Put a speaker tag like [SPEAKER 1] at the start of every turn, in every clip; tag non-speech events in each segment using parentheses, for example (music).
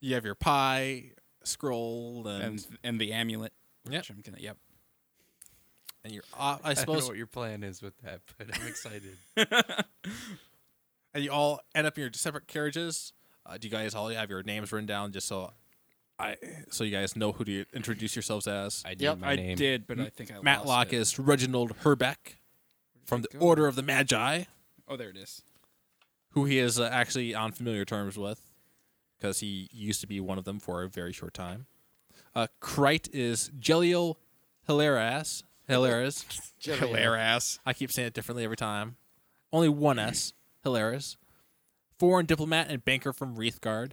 [SPEAKER 1] You have your pie scroll and,
[SPEAKER 2] and and the amulet. Which
[SPEAKER 1] Yep.
[SPEAKER 2] I'm gonna. Yep.
[SPEAKER 1] and your op-
[SPEAKER 2] (laughs)
[SPEAKER 1] I
[SPEAKER 3] I don't know
[SPEAKER 1] suppose
[SPEAKER 3] what your plan is with that, (laughs) but I'm excited.
[SPEAKER 1] and you all end up in your separate carriages. Uh, do you guys all have your names written down just so I so you guys know who to introduce yourselves as?
[SPEAKER 3] I did
[SPEAKER 2] Yep.
[SPEAKER 3] my
[SPEAKER 2] I
[SPEAKER 3] name.
[SPEAKER 2] did, but I think I
[SPEAKER 1] Matlock
[SPEAKER 2] lost it.
[SPEAKER 1] is Reginald Herbeck from the Order of the Magi,
[SPEAKER 2] Oh, there it is.
[SPEAKER 1] who he is uh, actually on familiar terms with because he used to be one of them for a very short time. Uh, Krite is Gelio Hilaras. Hilaras.
[SPEAKER 2] Hilarious.
[SPEAKER 1] I keep saying it differently every time. Only one S. Hilaris. Foreign diplomat and banker from Wreathguard.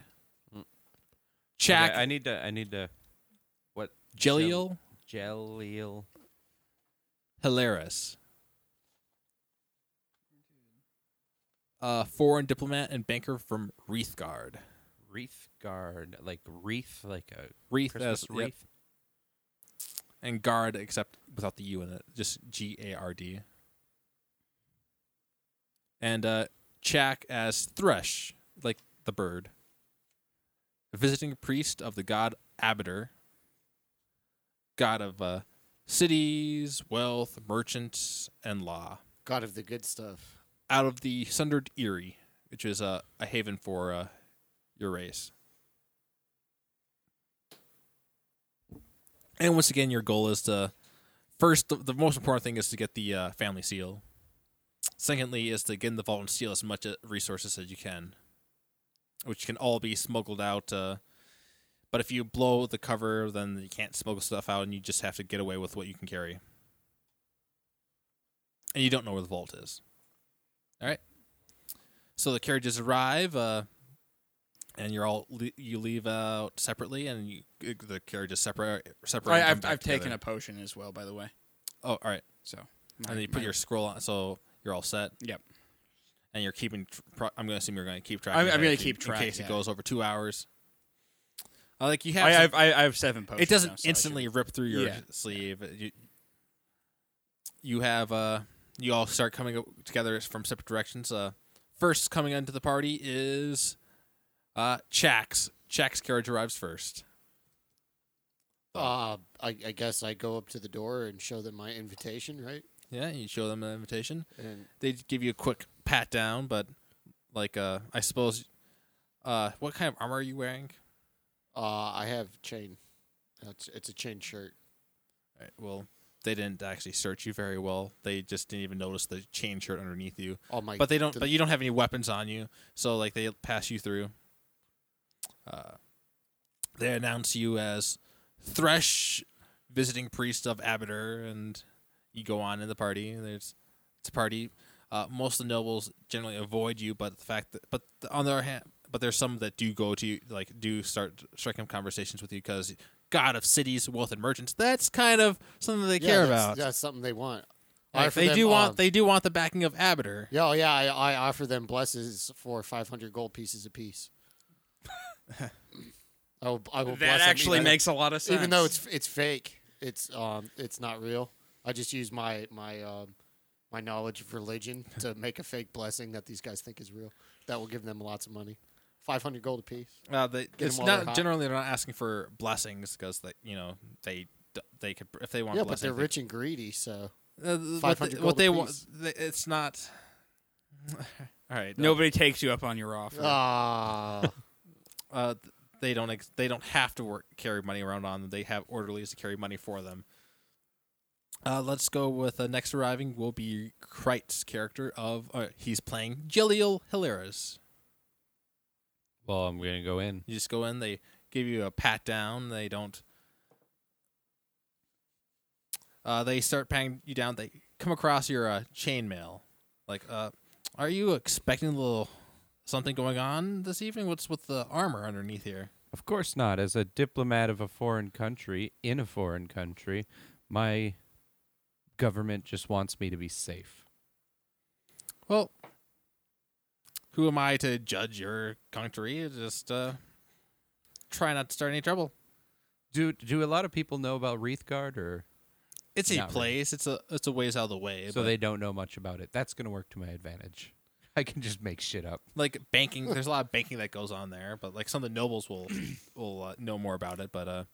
[SPEAKER 3] Mm.
[SPEAKER 1] Chak
[SPEAKER 3] Okay, I need to. I need to. What?
[SPEAKER 1] Gelio
[SPEAKER 3] Jaleel.
[SPEAKER 1] Hilaris. Uh, foreign diplomat and banker from Wreathguard.
[SPEAKER 3] Wreath guard, like wreath, like a
[SPEAKER 1] Wreath
[SPEAKER 3] Christmas
[SPEAKER 1] as
[SPEAKER 3] wreath.
[SPEAKER 1] yep, and guard, except without the U in it, just G A R D. And uh, Chak as Thresh, like the bird. Visiting priest of the god Abadur, god of uh, cities, wealth, merchants, and law.
[SPEAKER 4] God of the good stuff.
[SPEAKER 1] out of the sundered Eyrie, which is a, a haven for uh, your race. And once again, your goal is to first, the, the most important thing is to get the uh, family seal. Secondly, is to get in the vault and steal as much uh, resources as you can, which can all be smuggled out. Uh, but if you blow the cover, then you can't smuggle stuff out, and you just have to get away with what you can carry. And you don't know where the vault is. So the carriages arrive, uh, and you're all le- you leave out separately, and you, the carriages separate separate.
[SPEAKER 2] I, I've, I've taken a potion as well, by the way.
[SPEAKER 1] Oh, all right.
[SPEAKER 2] So.
[SPEAKER 1] and then you put your scroll on, so you're all set.
[SPEAKER 2] Yep.
[SPEAKER 1] And you're keeping. Tr- pro- I'm going to assume you're going to keep track.
[SPEAKER 2] I'm-
[SPEAKER 1] of
[SPEAKER 2] I'm
[SPEAKER 1] that
[SPEAKER 2] gonna
[SPEAKER 1] in-
[SPEAKER 2] keep track,
[SPEAKER 1] in case
[SPEAKER 2] yeah.
[SPEAKER 1] it goes over two hours. Uh, like you have,
[SPEAKER 2] I
[SPEAKER 1] some-
[SPEAKER 2] have, I, I have seven potions.
[SPEAKER 1] it doesn't
[SPEAKER 2] now, so I should-
[SPEAKER 1] instantly rip through your
[SPEAKER 2] Yeah.
[SPEAKER 1] sleeve. You, you have uh, you all start coming o- together from separate directions. Uh, first coming into the party is uh, Chax. Chax carriage arrives first. Oh.
[SPEAKER 4] Uh, I, I guess I go up to the door and show them my invitation, right?
[SPEAKER 1] Yeah, you show them the invitation.
[SPEAKER 4] And
[SPEAKER 1] They give you a quick pat down, but like uh, I suppose, uh, what kind of armor are you wearing?
[SPEAKER 4] uh, I have chain. It's, it's a chain shirt.
[SPEAKER 1] All right, well, they didn't actually search you very well. They just didn't even notice the chain shirt underneath you.
[SPEAKER 4] All my
[SPEAKER 1] but they don't.
[SPEAKER 4] the-
[SPEAKER 1] But you don't have any weapons on you, so like they pass you through. Uh, they announce you as Thresh, visiting priest of Abadur, and you go on in the party. There's it's a party. Uh, most of the nobles generally avoid you, but the fact that but the, on the other hand, but there's some that do go to you, like do start striking up conversations with you because God of cities, wealth, and merchants. That's kind of something they
[SPEAKER 4] Yeah,
[SPEAKER 1] care
[SPEAKER 4] that's,
[SPEAKER 1] about.
[SPEAKER 4] That's something they want.
[SPEAKER 1] Like,
[SPEAKER 4] Offer
[SPEAKER 1] they
[SPEAKER 4] them,
[SPEAKER 1] do
[SPEAKER 4] um,
[SPEAKER 1] want they do want the backing of Abadur.
[SPEAKER 4] Yeah, oh, yeah. I, I offer them blesses for five hundred gold
[SPEAKER 1] (laughs)
[SPEAKER 4] pieces apiece. I will. I will bless
[SPEAKER 2] That actually
[SPEAKER 4] them, even-
[SPEAKER 2] makes a lot of sense.
[SPEAKER 4] even though it's it's fake. It's um it's not real. I just use my my um my knowledge of religion
[SPEAKER 2] (laughs)
[SPEAKER 4] to make a fake blessing that these guys think is real. That will give them lots of money, five hundred gold apiece.
[SPEAKER 1] Well, Uh, they, it's
[SPEAKER 4] 'em while they're
[SPEAKER 1] not
[SPEAKER 4] hot.
[SPEAKER 1] generally they're not asking for blessings because they, you know, they d- they could if they want.
[SPEAKER 4] yeah, but
[SPEAKER 1] blessings,
[SPEAKER 4] they're rich and greedy, so
[SPEAKER 1] they- uh, th- what
[SPEAKER 4] 500
[SPEAKER 1] they,
[SPEAKER 4] gold
[SPEAKER 1] what they want,
[SPEAKER 4] apiece.
[SPEAKER 1] they- it's not. (laughs) All right, no,
[SPEAKER 2] nobody takes you up on your offer.
[SPEAKER 4] ah,
[SPEAKER 1] uh, th- they don't ex- they don't have to work carry money around on them. They have orderlies to carry money for them. Uh, let's go with uh, next arriving will be Kreit's character of uh, he's playing Jeliel Hilaris.
[SPEAKER 3] Well, I'm gonna go in.
[SPEAKER 1] You just go in, they give you a pat down, they don't uh, they start patting you down, they come across your uh, chainmail. Like, uh, are you expecting a little something going on this evening? What's with the armor underneath here?
[SPEAKER 3] Of course not. As a diplomat of a foreign country in a foreign country, my government just wants me to be safe.
[SPEAKER 1] Well, who am I to judge your country? Just uh, try not to start any trouble.
[SPEAKER 3] Do do a lot of people know about Wreath Guard or
[SPEAKER 1] It's a
[SPEAKER 3] Not really.
[SPEAKER 1] place. It's a it's a ways out of the way.
[SPEAKER 3] so
[SPEAKER 1] but,
[SPEAKER 3] they don't know much about it? That's gonna work to my advantage. (laughs) I can just make shit up.
[SPEAKER 1] like banking. There's a lot of banking that goes on there, but like some of the nobles will will uh, know more about it, but uh,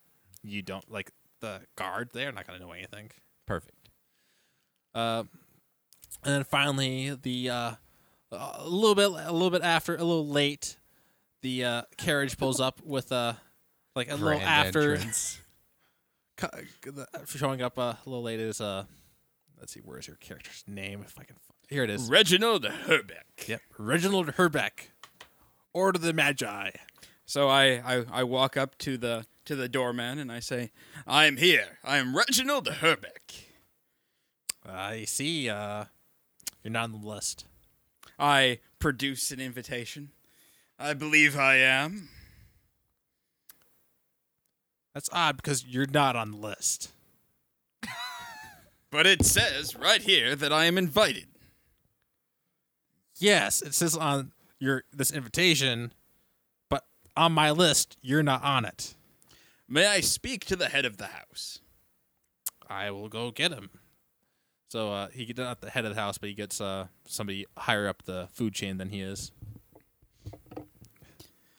[SPEAKER 1] you don't like the guard. They're not gonna know anything.
[SPEAKER 3] Perfect.
[SPEAKER 1] Uh, and then finally, the uh, a little bit, a little bit after, a little late, the uh, carriage pulls up with uh, like a little
[SPEAKER 3] Grand
[SPEAKER 1] after
[SPEAKER 3] entrance.
[SPEAKER 1] (laughs) cu- the- showing up uh, a little late is uh, let's see, where is your character's name? If I can, find, here it is.
[SPEAKER 2] Reginald Herbeck.
[SPEAKER 1] yep, Reginald Herbeck, Order of the Magi.
[SPEAKER 2] So I, I, I walk up to the to the doorman and I say, "I'm here. I am Reginald Herbeck.
[SPEAKER 1] I see. Uh, you're not on the list.
[SPEAKER 2] I produce an invitation. I believe I am.
[SPEAKER 1] That's odd because you're not on the list.
[SPEAKER 2] But it says right here that I am invited.
[SPEAKER 1] Yes, it says on your this invitation, but on my list, you're not on it.
[SPEAKER 2] May I speak to the head of the house? (laughs)
[SPEAKER 1] I will go get him. So uh, he gets not the head of the house, but he gets uh, somebody higher up the food chain than he is.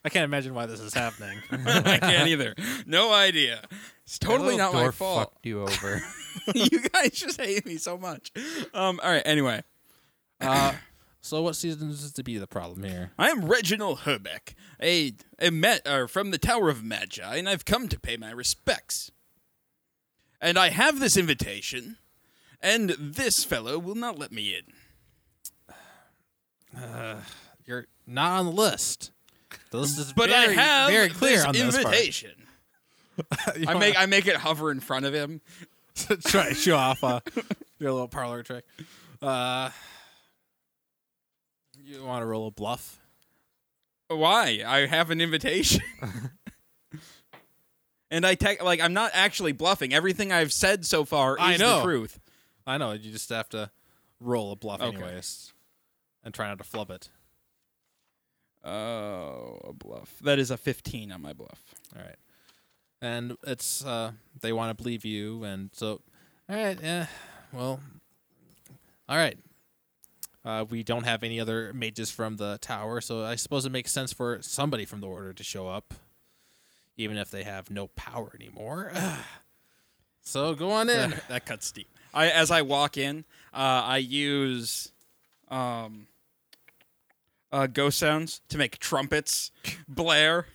[SPEAKER 1] I can't imagine why this is
[SPEAKER 2] (laughs)
[SPEAKER 1] happening.
[SPEAKER 2] Oh, I can't either. No idea. It's
[SPEAKER 3] That
[SPEAKER 2] totally
[SPEAKER 3] little
[SPEAKER 2] not my
[SPEAKER 3] door
[SPEAKER 2] fault.
[SPEAKER 3] Fucked you over.
[SPEAKER 2] (laughs) you guys just hate me so much. Um. All right. Anyway,
[SPEAKER 1] uh, so what seems to be the problem here?
[SPEAKER 2] I am Reginald Herbeck, a a met or from the Tower of Magi, and I've come to pay my respects. And I have this invitation, and this fellow will not let me in.
[SPEAKER 1] You're not on the list. The list is
[SPEAKER 2] But
[SPEAKER 1] very,
[SPEAKER 2] I have
[SPEAKER 1] very clear
[SPEAKER 2] this
[SPEAKER 1] on this part.
[SPEAKER 2] invitation.
[SPEAKER 1] You
[SPEAKER 2] I make I make it hover in front of him.
[SPEAKER 1] to try to show off uh, your little parlor trick. Uh, you want to roll a bluff?
[SPEAKER 2] Why? I have an (laughs) invitation. and I tech like I'm not actually bluffing. Everything I've said so far is
[SPEAKER 1] I know.
[SPEAKER 2] the truth.
[SPEAKER 1] I know you just have to roll a bluff
[SPEAKER 2] Okay.
[SPEAKER 1] anyways, and try not to flub it.
[SPEAKER 2] Oh, a bluff. That is a 15 on my bluff.
[SPEAKER 1] All right, and it's uh, they want to believe you, and so all right, yeah, well, all right. Uh, we don't have any other mages from the tower, so I suppose it makes sense for somebody from the order to show up, even if they have no power anymore. (sighs) so go on in.
[SPEAKER 2] (laughs) that cuts deep. I as I walk in, uh, I use um uh, ghost sounds to make trumpets blare.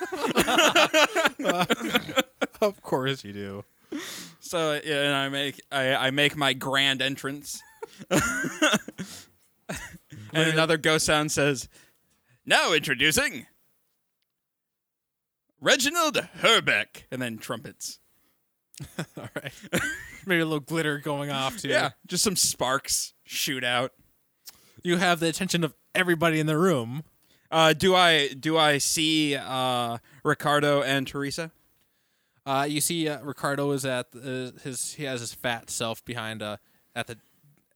[SPEAKER 1] (laughs) Of course you do.
[SPEAKER 2] So yeah, and I make I, I make my grand entrance. (laughs) and another ghost sound says, "Now introducing Reginald Herbeck," and then trumpets.
[SPEAKER 1] All right. (laughs) Maybe a little glitter going off too.
[SPEAKER 2] Yeah, just some sparks shoot out.
[SPEAKER 1] You have the attention of everybody in the room.
[SPEAKER 2] Uh, do I do I see uh, Ricardo and Teresa?
[SPEAKER 1] Uh, you see, uh, Ricardo is at uh, his. He has his fat self behind. Uh, at the,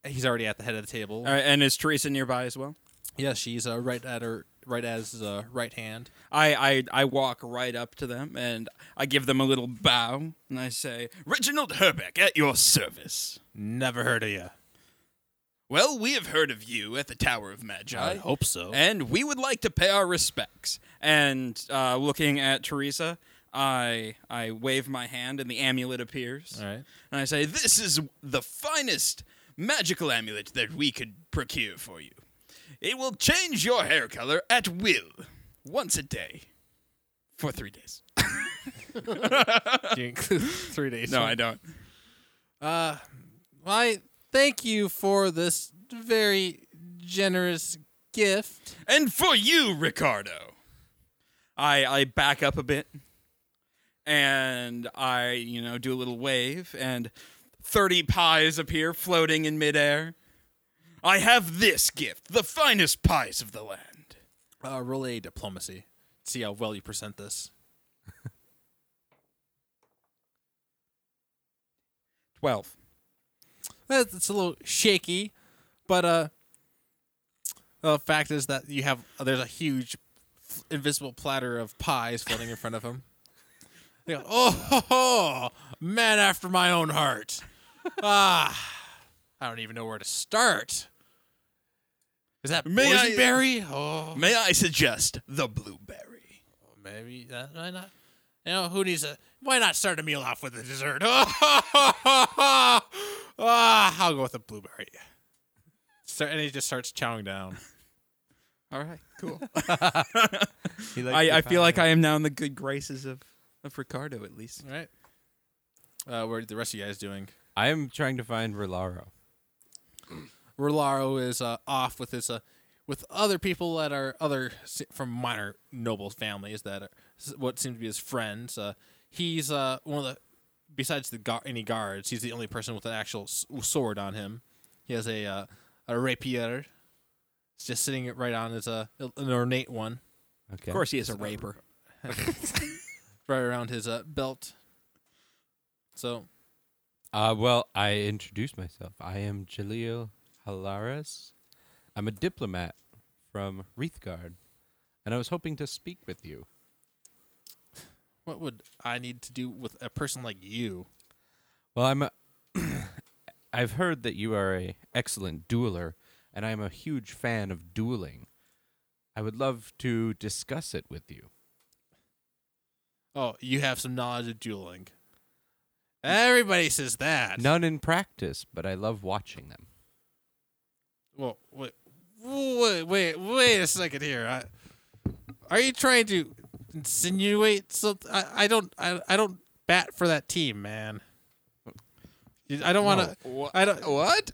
[SPEAKER 1] he's already at the head of the table.
[SPEAKER 2] All right, Uh, and is Teresa nearby as well?
[SPEAKER 1] Yeah, she's uh, right at her right as his uh, right hand.
[SPEAKER 2] I, I I walk right up to them and I give them a little bow and I say, "Reginald Herbeck, at your service."
[SPEAKER 1] Never heard of you.
[SPEAKER 2] Well, we have heard of you at the Tower of Magi.
[SPEAKER 1] I hope so.
[SPEAKER 2] And we would like to pay our respects. And uh, looking at Teresa, I I wave my hand and the amulet appears.
[SPEAKER 1] (laughs) All right.
[SPEAKER 2] And I say, This is the finest magical amulet that we could procure for you. It will change your hair color at will, once a day, for three days.
[SPEAKER 1] Do you include (laughs) three days?
[SPEAKER 2] No, I don't.
[SPEAKER 1] Uh, I thank you for this very generous gift.
[SPEAKER 2] And for you, Ricardo. I I back up a bit and I, you know, do a little wave and 30 pies appear floating in midair. I have this gift, the finest pies of the land.
[SPEAKER 1] Uh, roll a diplomacy. See how well you present this.
[SPEAKER 2] 12.
[SPEAKER 1] That's- Eh, It's a little shaky, but uh, the fact is that you have there's a huge f- invisible platter of pies floating in front of him. They go, oh, ho, ho, man after my own heart. Ah, I don't even know where to start. Is that
[SPEAKER 2] May I-
[SPEAKER 1] boysenberry? oh,
[SPEAKER 2] May I suggest the blueberry?
[SPEAKER 1] maybe that why not? You know, who needs a? Why not start a meal off with a dessert? (laughs) Oh, ho, ho, ho, ho. ah, I'll go with a blueberry. So, and he just starts chowing down.
[SPEAKER 2] All right, cool.
[SPEAKER 3] He likes
[SPEAKER 2] I,
[SPEAKER 3] the
[SPEAKER 2] I feel
[SPEAKER 3] power.
[SPEAKER 2] like I am now in the good graces of, of Ricardo, at least.
[SPEAKER 1] All right. Uh, what are the rest of you guys doing?
[SPEAKER 3] I'm trying to find Rolaro.
[SPEAKER 1] Rolaro is uh, off with his uh, with other people that are other si- from minor noble families that are s- what seem to be his friends. Uh, he's uh, one of the besides the gu- any guards, he's the only person with an actual s- sword on him. He has a uh, a rapier. It's just sitting right on his uh, an ornate one
[SPEAKER 3] Okay.
[SPEAKER 2] Of course, he is a raper.
[SPEAKER 1] right around his uh, belt. So
[SPEAKER 3] Uh, well, I introduced myself. I am Jalil Halaras. I'm a diplomat from Wreathguard, and I was hoping to speak with you.
[SPEAKER 1] what would I need to do with a person like you?
[SPEAKER 3] Well, I'm. A (coughs) I've heard that you are a excellent dueler, and I'm a huge fan of dueling. I would love to discuss it with you.
[SPEAKER 1] Oh, you have some knowledge of dueling. Everybody says that.
[SPEAKER 3] None in practice, but I love watching them.
[SPEAKER 1] Well, wait, wait, wait, wait a second here. I, are you trying to insinuate something? I, I don't, I, I don't bat for that team, man. You- I don't want to. I don't. (laughs)
[SPEAKER 2] What?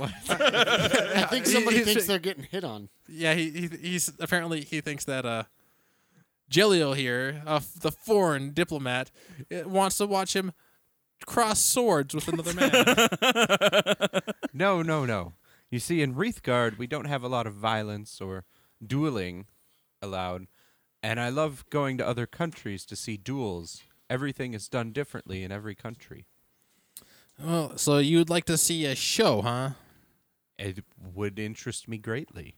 [SPEAKER 4] I
[SPEAKER 2] (laughs)
[SPEAKER 4] think somebody thinks they're getting hit on.
[SPEAKER 1] Yeah, he, he he's apparently he thinks that uh, Jelio here, uh, the foreign diplomat, uh, wants to watch him cross swords with another man.
[SPEAKER 3] No, no, no. You see, in Wreathguard, we don't have a lot of violence or dueling allowed. And I love going to other countries to see duels. Everything is done differently in every country.
[SPEAKER 1] (laughs) well, so you'd like to see a show, huh?
[SPEAKER 3] It would interest me greatly.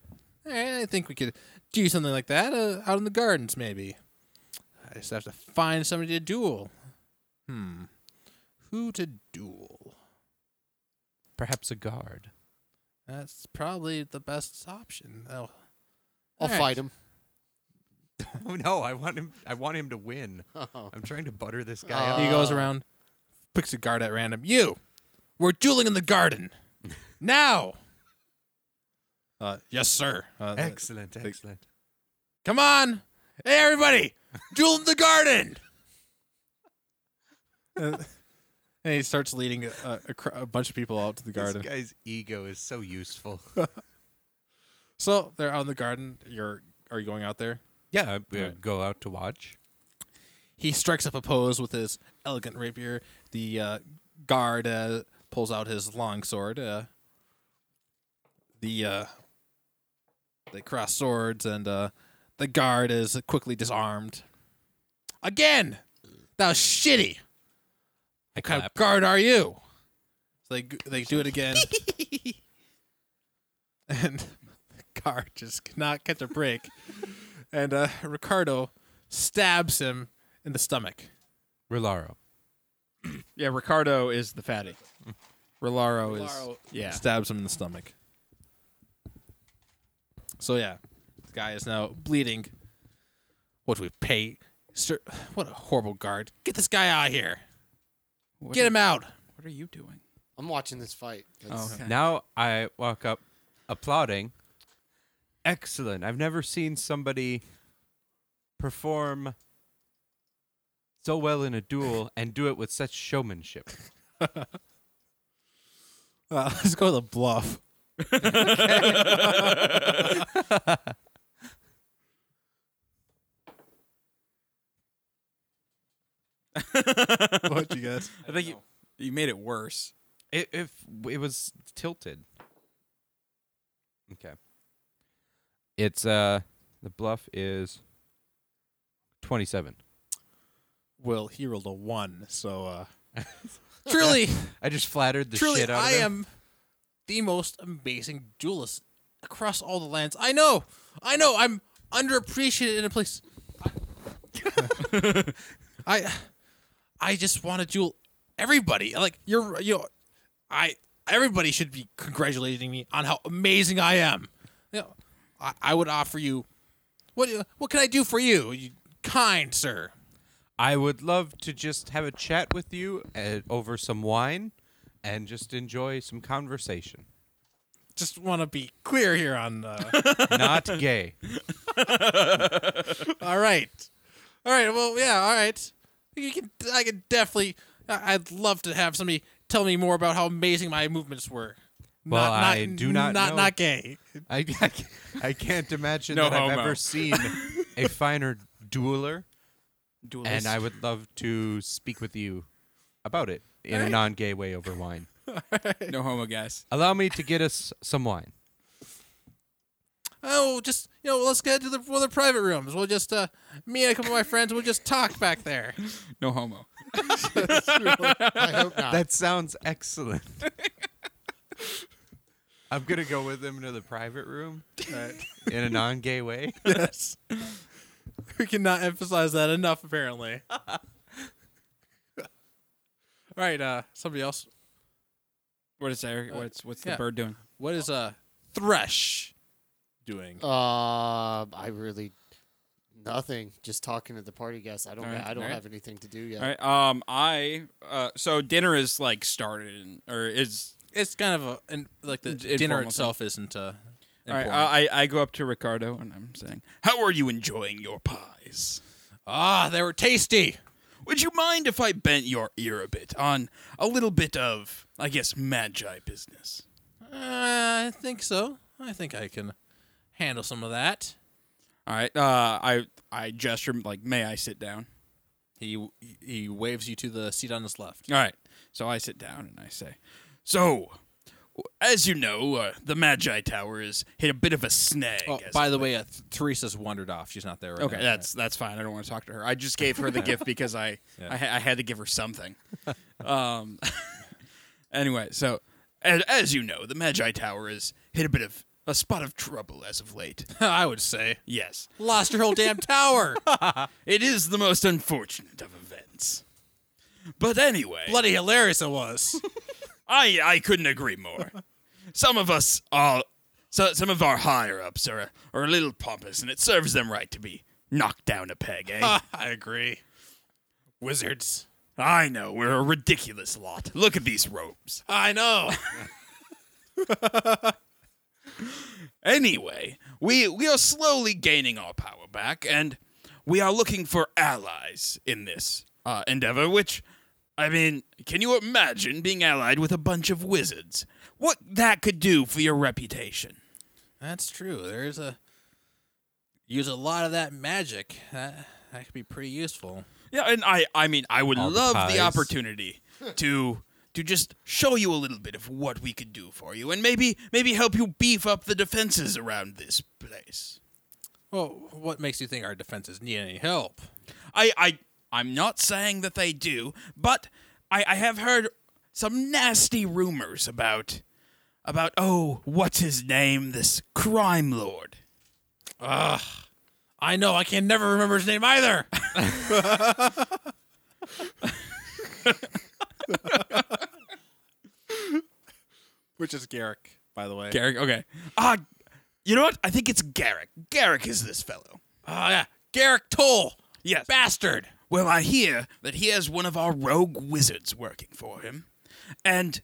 [SPEAKER 1] Eh, I think we could do something like that uh, out in the gardens, maybe. I just have to find somebody to duel. Hmm. Who to duel?
[SPEAKER 3] Perhaps a guard.
[SPEAKER 1] That's probably the best option. Oh,
[SPEAKER 4] I'll
[SPEAKER 1] All
[SPEAKER 4] fight him.
[SPEAKER 3] (laughs) Oh no, I want him I want him to win.
[SPEAKER 4] Oh.
[SPEAKER 3] I'm trying to butter this
[SPEAKER 4] guy up.
[SPEAKER 1] he goes
[SPEAKER 4] Uh.
[SPEAKER 1] around, picks a guard at random. You, we're dueling in the (laughs) garden now. Uh, yes, sir. Uh,
[SPEAKER 3] excellent, excellent.
[SPEAKER 1] Come on, hey (laughs) everybody, duel in the garden. Uh, and he starts leading a, a, a cr- a bunch of people out to the garden.
[SPEAKER 3] This guy's ego is so useful.
[SPEAKER 1] So they're out in the garden. You're are you going out there?
[SPEAKER 3] yeah, I, uh,
[SPEAKER 1] Right.
[SPEAKER 3] go out to watch.
[SPEAKER 1] He strikes up a pose with his elegant rapier. The uh, guard uh, pulls out his longsword. Uh, the uh, they cross swords, and uh, the guard is quickly disarmed. Again, that was shitty.
[SPEAKER 3] I
[SPEAKER 1] What kind
[SPEAKER 3] clap.
[SPEAKER 1] of guard are you? So they g- they do it (laughs) again, and the guard just cannot catch a break, and uh, Ricardo stabs him in the stomach.
[SPEAKER 3] Rilaro.
[SPEAKER 2] Yeah, Ricardo is the fatty. Rolaro is.
[SPEAKER 1] Rolaro
[SPEAKER 2] Yeah.
[SPEAKER 1] stabs him in the stomach. So yeah, the guy is now bleeding. What do we pay? Sir, what a horrible guard! Get this guy out of here!
[SPEAKER 2] What
[SPEAKER 1] Get
[SPEAKER 2] are-
[SPEAKER 1] him out!
[SPEAKER 2] What are you doing?
[SPEAKER 4] I'm watching this fight. It's-
[SPEAKER 2] Oh, okay.
[SPEAKER 3] Now I walk up applauding. Excellent. I've never seen somebody perform so well in a duel and do it with such showmanship.
[SPEAKER 2] (laughs)
[SPEAKER 1] Uh, let's go with a bluff.
[SPEAKER 2] (laughs)
[SPEAKER 1] What you guys? (laughs)
[SPEAKER 2] I think you, you made it worse.
[SPEAKER 3] It, if it was tilted. Okay. It's uh the bluff is 27.
[SPEAKER 1] Well, he rolled a one, so uh,
[SPEAKER 3] (laughs)
[SPEAKER 1] truly,
[SPEAKER 3] I just flattered the
[SPEAKER 1] (laughs) truly,
[SPEAKER 3] shit out
[SPEAKER 1] I
[SPEAKER 3] of him.
[SPEAKER 1] am the most amazing duelist across all the lands. I know, I (laughs) know, I'm underappreciated in a place. I I just want to duel everybody. Like you're you know, I everybody should be congratulating me on how amazing I am. You know, I, I would offer you what what can I do for you? You kind sir.
[SPEAKER 3] I would love to just have a chat with you uh, over some wine and just enjoy some
[SPEAKER 2] (laughs)
[SPEAKER 3] conversation.
[SPEAKER 1] Just want to be clear here on uh,
[SPEAKER 3] Not gay.
[SPEAKER 1] (laughs) All right. All right. Well, yeah. All right. You can. I can definitely. I- I'd love to have somebody tell me more about how amazing my movements were.
[SPEAKER 3] Well,
[SPEAKER 1] not, not,
[SPEAKER 3] I do not
[SPEAKER 1] Not
[SPEAKER 3] know.
[SPEAKER 1] not gay.
[SPEAKER 3] I, I ca- I can't imagine
[SPEAKER 2] No
[SPEAKER 3] that I've
[SPEAKER 2] homo.
[SPEAKER 3] ever seen
[SPEAKER 2] (laughs)
[SPEAKER 3] a finer dueler,
[SPEAKER 2] Duelist.
[SPEAKER 3] and I would love to speak with you about it in a
[SPEAKER 1] Alright.
[SPEAKER 3] non gay way over wine.
[SPEAKER 2] (laughs) no homo guys.
[SPEAKER 3] Allow me to get us
[SPEAKER 2] (laughs)
[SPEAKER 3] some wine.
[SPEAKER 1] Oh, just you know. Let's get to the one of the private rooms. We'll just uh, me and a couple of my friends. We'll just talk back
[SPEAKER 3] (laughs)
[SPEAKER 1] there.
[SPEAKER 2] No homo.
[SPEAKER 4] I
[SPEAKER 2] (laughs)
[SPEAKER 4] hope
[SPEAKER 2] Ah.
[SPEAKER 4] not.
[SPEAKER 3] That sounds excellent. I'm going to go with him to the private room in a non gay way.
[SPEAKER 1] Yes. (laughs) we cannot emphasize that
[SPEAKER 3] (laughs)
[SPEAKER 1] enough. Apparently. All right. Uh, somebody else.
[SPEAKER 2] What is Eric? What's what's
[SPEAKER 1] yeah.
[SPEAKER 2] the bird doing?
[SPEAKER 1] What is uh Thresh doing?
[SPEAKER 4] Um, I really nothing. Just talking to the party guests. I don't.
[SPEAKER 2] Alright,
[SPEAKER 4] I don't
[SPEAKER 2] alright.
[SPEAKER 4] have anything to do yet.
[SPEAKER 2] All right. Um, I uh, so dinner is like started and- or is
[SPEAKER 1] it's kind of a and like the
[SPEAKER 2] D-
[SPEAKER 1] dinner
[SPEAKER 2] informal
[SPEAKER 1] itself isn't uh
[SPEAKER 2] all right.
[SPEAKER 1] informal.
[SPEAKER 2] I I I go up to Ricardo and I'm saying, "How are you enjoying your pies?
[SPEAKER 1] ah they were tasty
[SPEAKER 2] Would you mind if I bent your ear a bit on a little bit of, I guess, magi business?"
[SPEAKER 1] uh, i think so i think i can handle some of that
[SPEAKER 2] All right. Uh, I I gesture like, "May I sit down?"
[SPEAKER 1] he he waves you to the seat on his left
[SPEAKER 2] All right. So I sit down and I say, "So." As you know, uh, the Magi Tower is hit a bit of a snag.
[SPEAKER 1] oh,
[SPEAKER 2] as
[SPEAKER 1] by the way uh, Th- teresa's wandered off she's not there right
[SPEAKER 2] Okay,
[SPEAKER 1] now.
[SPEAKER 2] that's that's fine. I don't want to talk to her. I just gave her the gift because I I, ha- I had to give her something. um, (laughs) anyway, so as, as you know, the Magi Tower has hit a bit of a spot of trouble as of late.
[SPEAKER 1] i would say
[SPEAKER 2] Yes,
[SPEAKER 1] lost your whole (laughs) damn tower
[SPEAKER 2] it is the most unfortunate of events. But anyway,
[SPEAKER 1] (laughs) bloody hilarious it was
[SPEAKER 2] I I couldn't agree
[SPEAKER 1] (laughs)
[SPEAKER 2] more. some of us are so, some of our higher ups are a, are a little pompous, and it serves them right to be knocked down a peg, eh?
[SPEAKER 1] Ah, (laughs) i agree wizards
[SPEAKER 2] I know, we're a ridiculous lot. Look at these robes.
[SPEAKER 1] i know
[SPEAKER 2] Anyway, we we are slowly gaining our power back, and we are looking for allies in this uh, endeavor. Which, I mean, can you imagine being allied with a bunch of wizards? What that could do for your reputation?
[SPEAKER 1] that's true there's a use a lot of that magic that, that could be pretty useful
[SPEAKER 2] Yeah, and I I mean, I would
[SPEAKER 3] All the
[SPEAKER 2] love the,
[SPEAKER 3] pies.
[SPEAKER 2] opportunity to to just show you a little bit of what we could do for you, and maybe maybe help you beef up the defenses around this place.
[SPEAKER 1] Well, what makes you think our defenses need any help?
[SPEAKER 2] I, I I'm not saying that they do, but I, I have heard some nasty rumors about about oh, what's his name? This crime lord.
[SPEAKER 1] I know, I can never remember his name
[SPEAKER 2] (laughs)
[SPEAKER 1] either. Which is Garrick, by the way.
[SPEAKER 2] Garrick, okay. Ah you know what? I think it's Garrick. Garrick is this fellow.
[SPEAKER 1] Oh, yeah. Garrick Toll.
[SPEAKER 2] Yes.
[SPEAKER 1] Bastard.
[SPEAKER 2] Well, I hear that he has one of our rogue wizards working for him. And,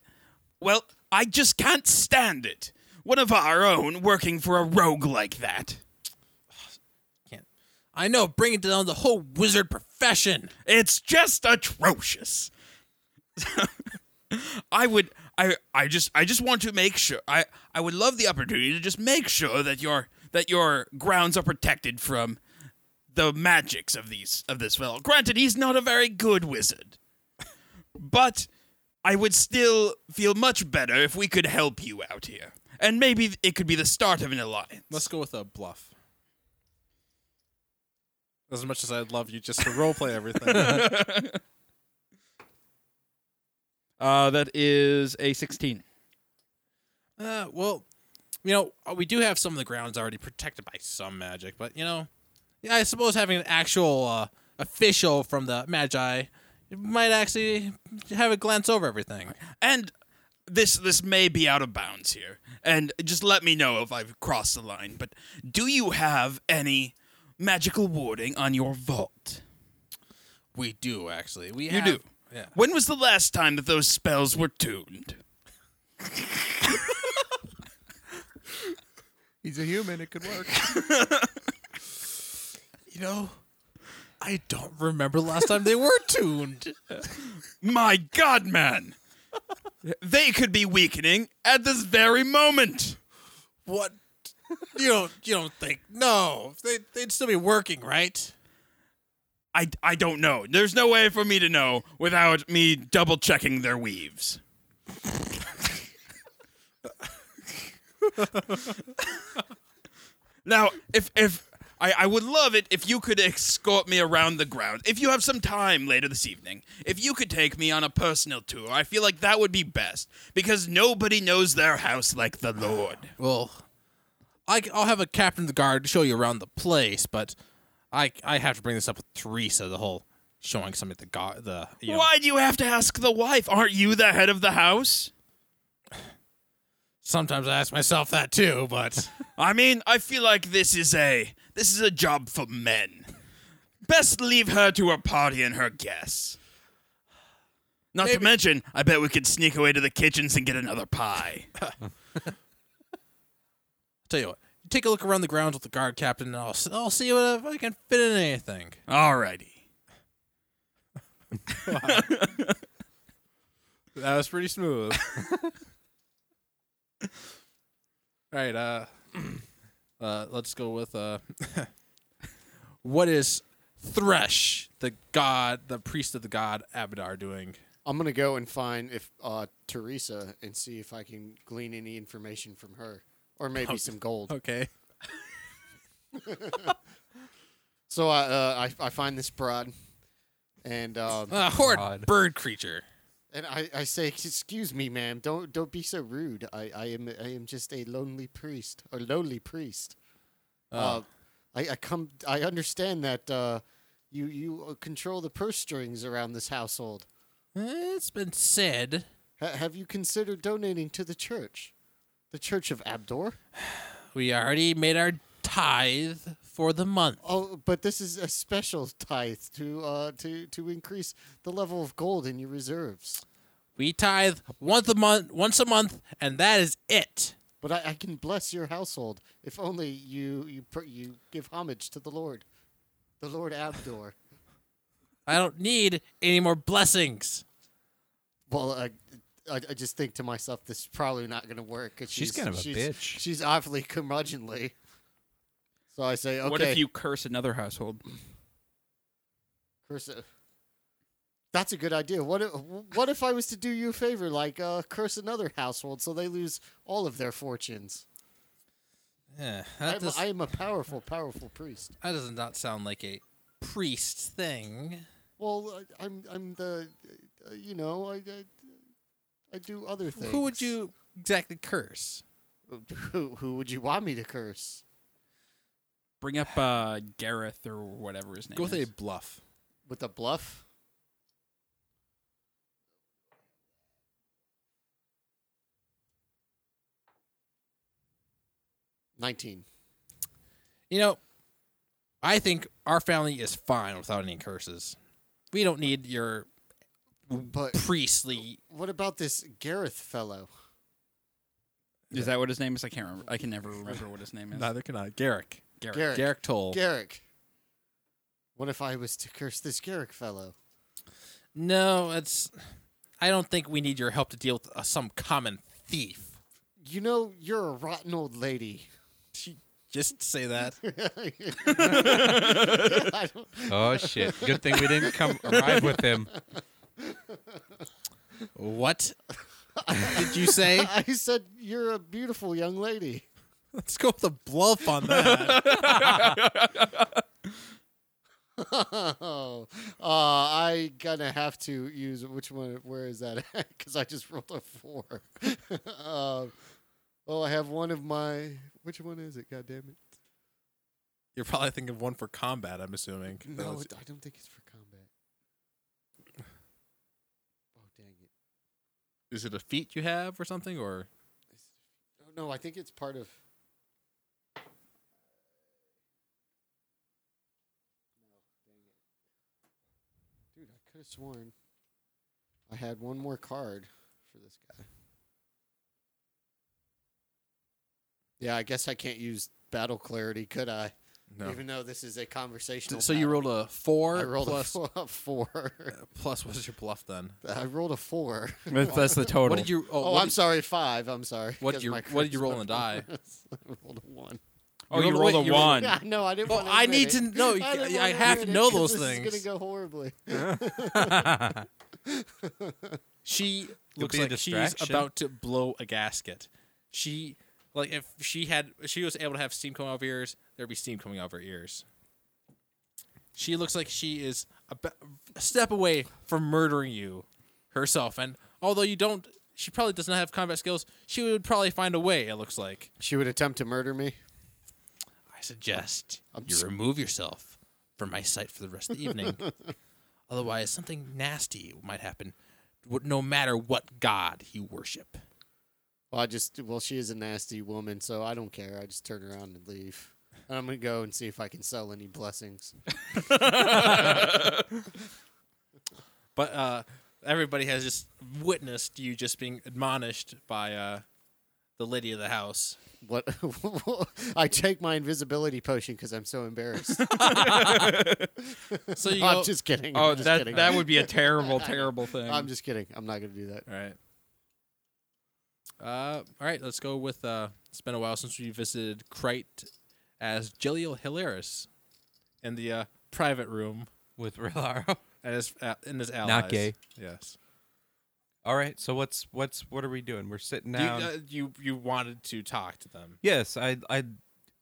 [SPEAKER 2] well, I just can't stand it. One of our own working for a rogue like that.
[SPEAKER 1] Can't. I know, bringing down the whole wizard profession.
[SPEAKER 2] It's just atrocious. (laughs) I would I I just I just want to make sure I I would love the opportunity to just make sure that your that your grounds are protected from the magics of these of this fellow. Granted, he's not a very good wizard. But I would still feel much better if we could help you out here. And maybe it could be the start of an alliance.
[SPEAKER 1] Let's go with a bluff. As much as I'd love you just to
[SPEAKER 2] (laughs)
[SPEAKER 1] roleplay everything.
[SPEAKER 2] Uh that is a 16.
[SPEAKER 1] Uh, well, you know, we do have some of the grounds already protected by some magic, but you know, yeah, I suppose having an actual uh, official from the Magi might actually have a glance over everything.
[SPEAKER 2] And this this may be out of bounds here. And just let me know if I've crossed the line, but do you have any magical warding on your vault?
[SPEAKER 1] We do actually. We
[SPEAKER 2] You
[SPEAKER 1] have-
[SPEAKER 2] do.
[SPEAKER 1] Yeah.
[SPEAKER 2] When was the last time that those spells were tuned?
[SPEAKER 3] He's a human. It could work.
[SPEAKER 1] You know, I don't remember last time they were tuned.
[SPEAKER 2] My god, (laughs) man. they could be weakening at this very moment.
[SPEAKER 1] (laughs) What? You don't. You don't think? No, they they'd still be working, right?
[SPEAKER 2] I, I don't know. There's no way for me to know without me double checking their weaves. now, if if I, I would love it if you could escort me around the ground. If you have some time later this evening, if you could take me on a personal tour, I feel like that would be best because nobody knows their house like the Lord.
[SPEAKER 1] Well, I, will have a captain of the guard show you around the place, but I I have to bring this up with Teresa. The whole showing somebody the guard. The you know-
[SPEAKER 2] Why do you have to ask the wife? Aren't you the head of the house?
[SPEAKER 1] Sometimes I ask myself that too, but
[SPEAKER 2] I mean, I feel like this is a this is a job for men. Best leave her to her party and her guests. Not to mention, I bet we could sneak away to the kitchens and get another
[SPEAKER 1] (laughs)
[SPEAKER 2] pie.
[SPEAKER 1] tell you what, take a look around the grounds with the guard captain, and I'll s- I'll see what if I can fit in anything.
[SPEAKER 2] Alrighty.
[SPEAKER 1] That was pretty (laughs) smooth. All right, uh, (clears throat) uh, let's go with uh, (laughs) what is Thresh, the god, the priest of the god Abadar, doing?
[SPEAKER 4] I'm gonna go and find if uh, Teresa and see if I can glean any information from her, or maybe some gold.
[SPEAKER 1] Okay,
[SPEAKER 4] So I, uh, I I find this broad, and um,
[SPEAKER 1] uh, horrid
[SPEAKER 3] God.
[SPEAKER 1] bird creature.
[SPEAKER 4] and I, I say, excuse me, ma'am, don't don't be so rude. I, I am I am just a lonely priest, a lowly priest.
[SPEAKER 1] Oh.
[SPEAKER 4] Uh, I, I come I understand that uh, you you uh, control the purse strings around this household.
[SPEAKER 1] Eh, It's been said.
[SPEAKER 4] Ha have you considered donating to the church, the Church of Abdor?
[SPEAKER 1] We already made our tithe for the month.
[SPEAKER 4] Oh, but this is a special tithe to uh to to increase the level of gold in your reserves.
[SPEAKER 1] We tithe once a month, once a month, and that is it.
[SPEAKER 4] But I, I can bless your household if only you you pr- you give homage to the Lord, the Lord Abdor. (laughs)
[SPEAKER 1] I don't need any more blessings.
[SPEAKER 4] well, I, I I just think to myself this is probably not going to work. 'cause
[SPEAKER 3] She's
[SPEAKER 4] she's
[SPEAKER 3] kind of a
[SPEAKER 4] she's,
[SPEAKER 3] bitch.
[SPEAKER 1] (laughs)
[SPEAKER 4] She's awfully curmudgeonly. So I say, okay.
[SPEAKER 2] curse another household?
[SPEAKER 4] Curse a- uh, That's a good idea. What if, what if I was to do you a favor, like uh, curse another household so they lose all of their fortunes?
[SPEAKER 1] Yeah,
[SPEAKER 4] I
[SPEAKER 1] that
[SPEAKER 4] am,
[SPEAKER 1] does-
[SPEAKER 4] I am a powerful, powerful priest.
[SPEAKER 1] That does not sound like a priest thing.
[SPEAKER 4] Well, I- I'm I'm the, uh, you know, I, I, I do other things.
[SPEAKER 1] Who would you exactly curse?
[SPEAKER 4] Who who would you want me to curse?
[SPEAKER 2] Bring up uh, Gareth or whatever his name
[SPEAKER 1] Go with a bluff.
[SPEAKER 4] With a bluff? Nineteen.
[SPEAKER 1] You know, I think our family is fine without any curses. We don't need your
[SPEAKER 4] But
[SPEAKER 1] priestly. (laughs)
[SPEAKER 4] what about this Gareth fellow?
[SPEAKER 2] Is that what his name is? I can't remember. I can never remember what his name is.
[SPEAKER 1] can I. Garrick.
[SPEAKER 2] Gareth.
[SPEAKER 4] Garrick.
[SPEAKER 1] Garrick Toll.
[SPEAKER 4] Garrick. What if I was to curse this Garrick fellow?
[SPEAKER 1] no, it's. I don't think we need your help to deal with uh, some common thief.
[SPEAKER 4] You know, you're a rotten old lady. (laughs)
[SPEAKER 1] Just say (laughs) that.
[SPEAKER 4] I don't-
[SPEAKER 3] oh shit! Good thing we didn't
[SPEAKER 1] (laughs)
[SPEAKER 3] come arrive with him.
[SPEAKER 1] what did you say?
[SPEAKER 4] I said you're a beautiful young lady. (laughs)
[SPEAKER 1] Let's go with a bluff on (laughs) that.
[SPEAKER 4] Oh, uh, I gonna have to use which one? Where is that? (laughs) Because I just rolled a four. (laughs) Um, uh, oh, I have one of my. Which one is it? God damn it!
[SPEAKER 1] You're probably thinking of one for combat. I'm assuming. That
[SPEAKER 4] No,
[SPEAKER 1] was-
[SPEAKER 4] it- I don't think it's for combat. Oh dang it!
[SPEAKER 1] is it a feat you have or something? Or
[SPEAKER 4] Oh no, I think it's part of. No, dang it. Dude, I could have sworn I had one more card for this guy. Yeah, I guess I can't use battle clarity, could I?
[SPEAKER 1] no.
[SPEAKER 4] Even though this is a conversational.
[SPEAKER 1] so you
[SPEAKER 4] battle.
[SPEAKER 1] rolled a four
[SPEAKER 4] I rolled
[SPEAKER 1] plus-
[SPEAKER 4] a four. (laughs) four.
[SPEAKER 1] plus what's your bluff then?
[SPEAKER 4] I rolled a four. (laughs)
[SPEAKER 2] That's the total.
[SPEAKER 1] What did you? (laughs) Oh,
[SPEAKER 4] Oh,
[SPEAKER 1] what
[SPEAKER 4] I'm
[SPEAKER 1] did-
[SPEAKER 4] sorry, five. I'm sorry.
[SPEAKER 1] what did
[SPEAKER 4] 'cause
[SPEAKER 1] you-
[SPEAKER 4] my
[SPEAKER 1] what did you
[SPEAKER 4] cursor
[SPEAKER 1] roll on the die?
[SPEAKER 4] went (laughs) I rolled a one.
[SPEAKER 2] oh,
[SPEAKER 1] you
[SPEAKER 2] you
[SPEAKER 1] rolled-
[SPEAKER 2] rolled a
[SPEAKER 1] you rolled-
[SPEAKER 2] one.
[SPEAKER 4] (laughs) Yeah, no, I didn't.
[SPEAKER 1] Well,
[SPEAKER 4] want
[SPEAKER 1] I need
[SPEAKER 4] admit
[SPEAKER 1] to know.
[SPEAKER 4] it.
[SPEAKER 1] You
[SPEAKER 4] (laughs) I, didn't
[SPEAKER 1] ca- I
[SPEAKER 4] wanna
[SPEAKER 1] have
[SPEAKER 4] admit
[SPEAKER 1] to
[SPEAKER 4] it,
[SPEAKER 1] know
[SPEAKER 4] 'cause
[SPEAKER 1] those
[SPEAKER 4] This
[SPEAKER 1] things.
[SPEAKER 4] is gonna go horribly. (laughs)
[SPEAKER 1] she looks
[SPEAKER 3] be a
[SPEAKER 1] like she's
[SPEAKER 3] distraction.
[SPEAKER 1] about to blow a gasket. She like if she had if she was able to have steam coming out of her ears, there'd be steam coming out of her ears. She looks like she is a, a step away from murdering you herself, and although you don't, she probably does not have combat skills. She would probably find a way. It looks like.
[SPEAKER 4] She would attempt to murder me.
[SPEAKER 1] I suggest
[SPEAKER 4] I'm
[SPEAKER 1] you
[SPEAKER 4] s-
[SPEAKER 1] remove yourself from my sight for the rest of the (laughs) evening. Otherwise, something nasty might happen, w- no matter what god you worship.
[SPEAKER 4] Well, I just well, she is a nasty woman, so I don't care. I just turn around and leave. And I'm gonna go and see if I can sell any blessings.
[SPEAKER 1] But uh, everybody has just witnessed you just being admonished by uh, the lady of the (laughs) house.
[SPEAKER 4] What? (laughs) I take my invisibility potion because I'm
[SPEAKER 1] (laughs)
[SPEAKER 4] so embarrassed.
[SPEAKER 1] So you go,
[SPEAKER 4] (laughs) I'm just kidding.
[SPEAKER 2] Oh,
[SPEAKER 4] I'm just
[SPEAKER 2] that (laughs)
[SPEAKER 4] kidding.
[SPEAKER 2] that would be a terrible, terrible thing. (laughs)
[SPEAKER 4] I'm just kidding. I'm not gonna do that.
[SPEAKER 1] all right. Uh, all right, let's go with. Uh, it's been a while since we visited Krite as Jillial Hilaris in the uh, private room
[SPEAKER 3] (laughs) with Relaro.
[SPEAKER 1] and his uh, and his allies.
[SPEAKER 3] gay.
[SPEAKER 1] Yes.
[SPEAKER 3] All right. So what's what's what are we doing? We're sitting
[SPEAKER 1] You,
[SPEAKER 3] down.
[SPEAKER 1] uh, you you wanted to talk to them,
[SPEAKER 3] yes, I I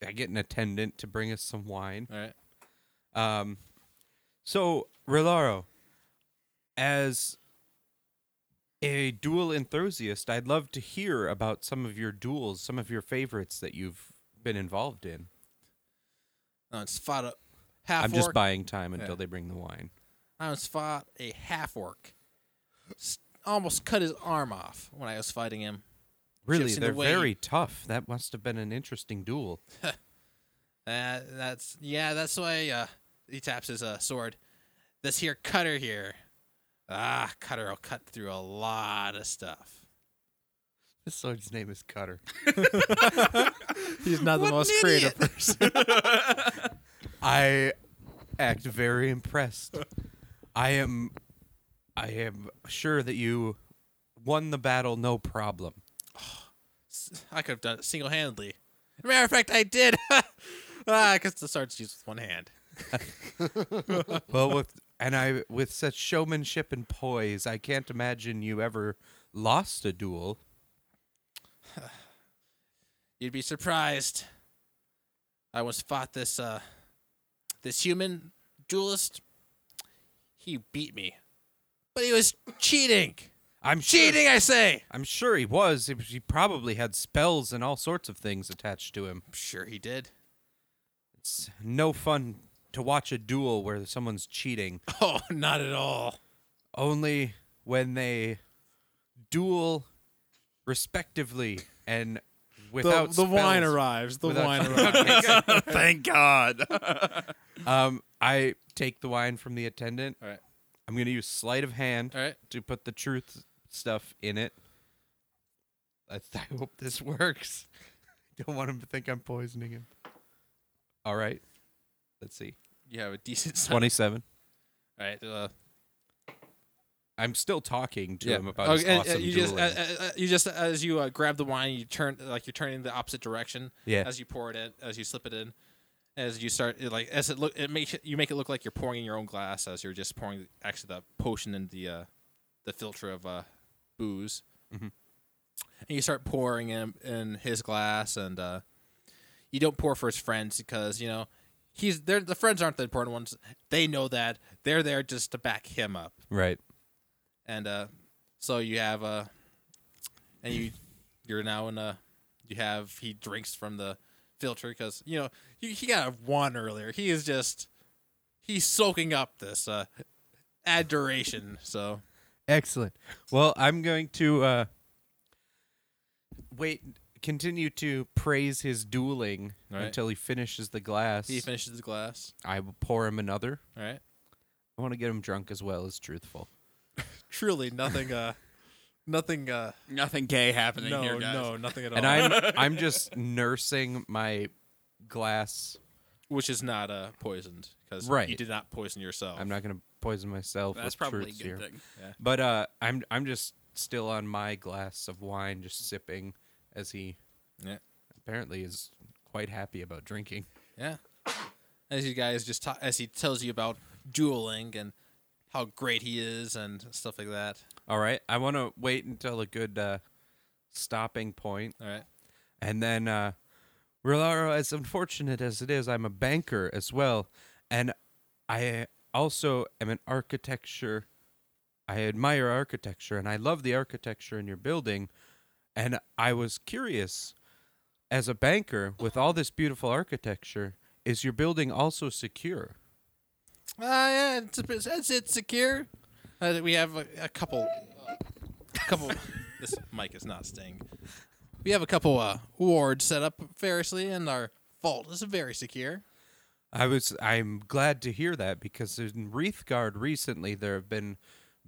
[SPEAKER 3] I get an attendant to bring us some wine.
[SPEAKER 1] all right?
[SPEAKER 3] Um, so Rilaro, as a duel enthusiast, I'd love to hear about some of your duels, some of your favorites that you've been involved in.
[SPEAKER 1] I once fought a half.
[SPEAKER 3] I'm just
[SPEAKER 1] orc.
[SPEAKER 3] buying time until
[SPEAKER 1] Yeah.
[SPEAKER 3] they bring the wine.
[SPEAKER 1] I once fought a half orc. S- Almost cut his arm off when I was fighting him.
[SPEAKER 3] Really,
[SPEAKER 1] Chips in the
[SPEAKER 3] they're
[SPEAKER 1] way.
[SPEAKER 3] very tough. That must have been an interesting duel. (laughs)
[SPEAKER 1] Uh, that's yeah. That's why uh, he taps his uh, sword. This here cutter here. Ah, cutter will cut through a lot of stuff.
[SPEAKER 3] This sword's name is
[SPEAKER 1] (laughs)
[SPEAKER 3] Cutter.
[SPEAKER 1] He's not the most creative (laughs) person.
[SPEAKER 3] I act very impressed. I am I am sure that you won the battle no problem.
[SPEAKER 1] I could have done it single handedly. Matter of fact, I did. (laughs) ah, because the sword's used with one hand.
[SPEAKER 3] well with and I with such showmanship and poise, I can't imagine you ever lost a duel.
[SPEAKER 1] You'd be surprised. I once fought this uh this human duelist. He beat me. But he was cheating.
[SPEAKER 3] I'm Sure,
[SPEAKER 1] Cheating, I say.
[SPEAKER 3] I'm sure he was. He- He probably had spells and all sorts of things attached to him.
[SPEAKER 1] I'm sure he did. (laughs)
[SPEAKER 3] It's no fun to watch a duel where someone's cheating.
[SPEAKER 1] Oh, not at all.
[SPEAKER 3] Only when they duel respectively and without spells.
[SPEAKER 1] arrives. The
[SPEAKER 3] Without
[SPEAKER 2] Thank God.
[SPEAKER 3] Um, I take the wine from the attendant.
[SPEAKER 1] All right.
[SPEAKER 3] I'm gonna use sleight of hand
[SPEAKER 1] All right.
[SPEAKER 3] to put the truth stuff in it. That's, I hope this works. (laughs) Don't want him to think I'm poisoning him. All right. Let's see.
[SPEAKER 1] You have a decent size.
[SPEAKER 3] Twenty-seven.
[SPEAKER 1] All right. Uh,
[SPEAKER 3] I'm still talking to him about his
[SPEAKER 1] Okay, and, uh,
[SPEAKER 3] awesome
[SPEAKER 1] you just,
[SPEAKER 3] dueling.
[SPEAKER 1] uh, uh, uh, you just as you uh, grab the wine, you turn like you're turning the opposite direction.
[SPEAKER 3] Yeah.
[SPEAKER 1] As you pour it in, as you slip it in, as you start it, like as it look, it makes it- you make it look like you're pouring in your own glass as you're just pouring actually the potion in the uh, the filter of uh, booze.
[SPEAKER 3] Mhm.
[SPEAKER 1] And you start pouring in in his glass, and uh, you don't pour for his friends because you know he's they're the friends aren't the important ones. They know that they're there just to back him up
[SPEAKER 3] right.
[SPEAKER 1] and uh, so you have uh, and you you're now in a you have he drinks from the filter because you know he, he got a one earlier. He is just he's soaking up this uh, adoration. So
[SPEAKER 3] Excellent. Well, I'm going to uh, wait. Continue to praise his dueling
[SPEAKER 1] All right.
[SPEAKER 3] until he finishes the glass.
[SPEAKER 1] he finishes the glass.
[SPEAKER 3] I will pour him another.
[SPEAKER 1] All right.
[SPEAKER 3] I want to get him drunk as well as truthful.
[SPEAKER 1] Truly nothing. Uh, nothing. Uh,
[SPEAKER 2] (laughs) Nothing gay happening
[SPEAKER 1] no,
[SPEAKER 2] here, guys.
[SPEAKER 1] no, nothing at all.
[SPEAKER 3] And
[SPEAKER 1] (laughs)
[SPEAKER 3] I'm I'm just nursing my glass.
[SPEAKER 1] Which is not uh, poisoned because you
[SPEAKER 3] Right.
[SPEAKER 1] did not poison yourself.
[SPEAKER 3] I'm not going to poison myself.
[SPEAKER 2] That's
[SPEAKER 3] with
[SPEAKER 2] probably a
[SPEAKER 3] truths
[SPEAKER 2] good
[SPEAKER 3] here.
[SPEAKER 2] thing.
[SPEAKER 3] But uh, I'm I'm just still on my glass of wine, just sipping as he
[SPEAKER 1] Yeah.
[SPEAKER 3] apparently is quite happy about drinking.
[SPEAKER 1] Yeah. As you guys just ta- as he tells you about dueling and how great he is and stuff like that.
[SPEAKER 3] All right, I want to wait until a good uh, stopping point,
[SPEAKER 1] All right.
[SPEAKER 3] and then uh, Rolaro, as unfortunate as it is, I'm a banker as well, and I also am an architecture. I admire architecture, and I love the architecture in your building, and I was curious, as a banker with all this beautiful architecture, is your building also secure?
[SPEAKER 1] Uh, yeah, it's, it's, it's, it's secure. Uh, we have a, a couple. A couple. (laughs) this mic is not staying. We have a couple uh, wards set up variously, and our vault is very secure.
[SPEAKER 3] I was I'm glad to hear that because in Wreathguard recently there have been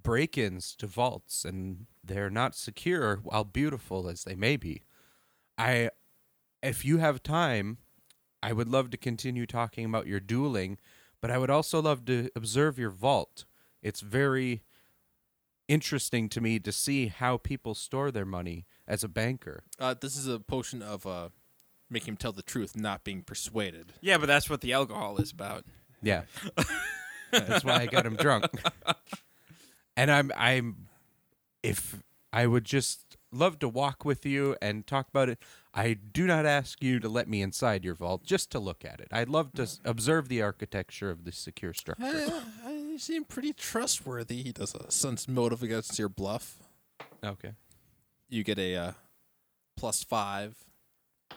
[SPEAKER 3] break-ins to vaults and they're not secure while beautiful as they may be. I if you have time, I would love to continue talking about your dueling, but I would also love to observe your vault. It's very interesting to me to see how people store their money as a banker.
[SPEAKER 1] Uh, this is a potion of uh, making him tell the truth, not being persuaded.
[SPEAKER 2] Yeah, but that's what the alcohol is about.
[SPEAKER 3] Yeah. That's why I got him drunk.
[SPEAKER 1] (laughs)
[SPEAKER 3] And I'm I'm if I would just love to walk with you and talk about it. I do not ask you to let me inside your vault, just to look at it. I'd love to s- observe the architecture of the secure
[SPEAKER 1] (laughs)
[SPEAKER 3] structure.
[SPEAKER 1] I, Uh, I, you seem pretty trustworthy. He does a sense motive against your bluff.
[SPEAKER 3] Okay.
[SPEAKER 1] you get a uh, plus five,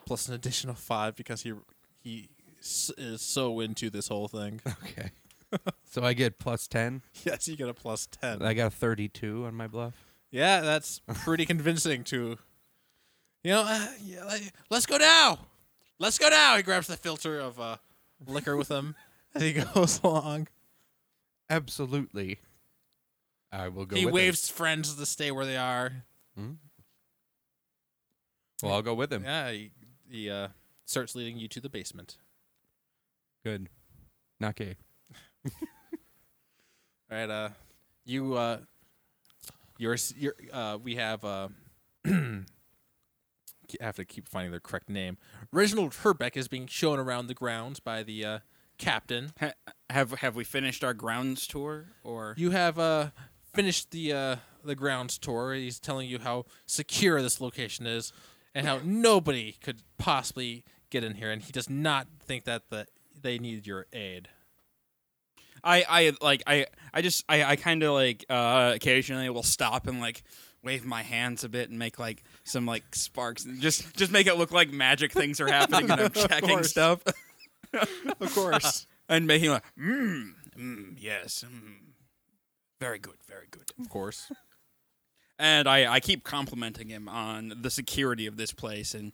[SPEAKER 1] plus an additional five because he he s- is so into this
[SPEAKER 3] (laughs)
[SPEAKER 1] whole thing. (laughs)
[SPEAKER 3] Okay. So I get plus 10.
[SPEAKER 1] yes, you get a plus ten.
[SPEAKER 3] I got a 32 on my bluff.
[SPEAKER 1] Yeah, that's pretty convincing to. You know, uh, yeah, like, let's go now. Let's go now. He grabs the filter of uh, liquor with him (laughs) as he goes along.
[SPEAKER 3] Absolutely. I will go
[SPEAKER 1] he
[SPEAKER 3] with
[SPEAKER 1] waves friends to stay where they are.
[SPEAKER 3] him. Well, I'll go with him.
[SPEAKER 1] Yeah, he, he uh, starts leading you to the basement.
[SPEAKER 3] Good. Not gay.
[SPEAKER 1] All right. Uh, you. Uh, your. Your. Uh, we have. Uh, (clears throat) I have to keep finding their correct name. Reginald Herbeck is being shown around the grounds by the uh, captain.
[SPEAKER 2] Ha- have have we finished our grounds tour or
[SPEAKER 1] You have uh, finished the uh, the grounds tour. He's telling you how secure this location is, and how nobody could possibly get in here. And he does not think that the they need your aid.
[SPEAKER 2] I I like I I just I I kind of like uh occasionally will stop and like wave my hands a bit and make like some like sparks and just just make it look like magic things are happening and I'm checking
[SPEAKER 1] course.
[SPEAKER 2] stuff
[SPEAKER 1] Of course.
[SPEAKER 2] and making like mm, mm yes mm, very good very good
[SPEAKER 1] of course.
[SPEAKER 2] and I I keep complimenting him on the security of this place and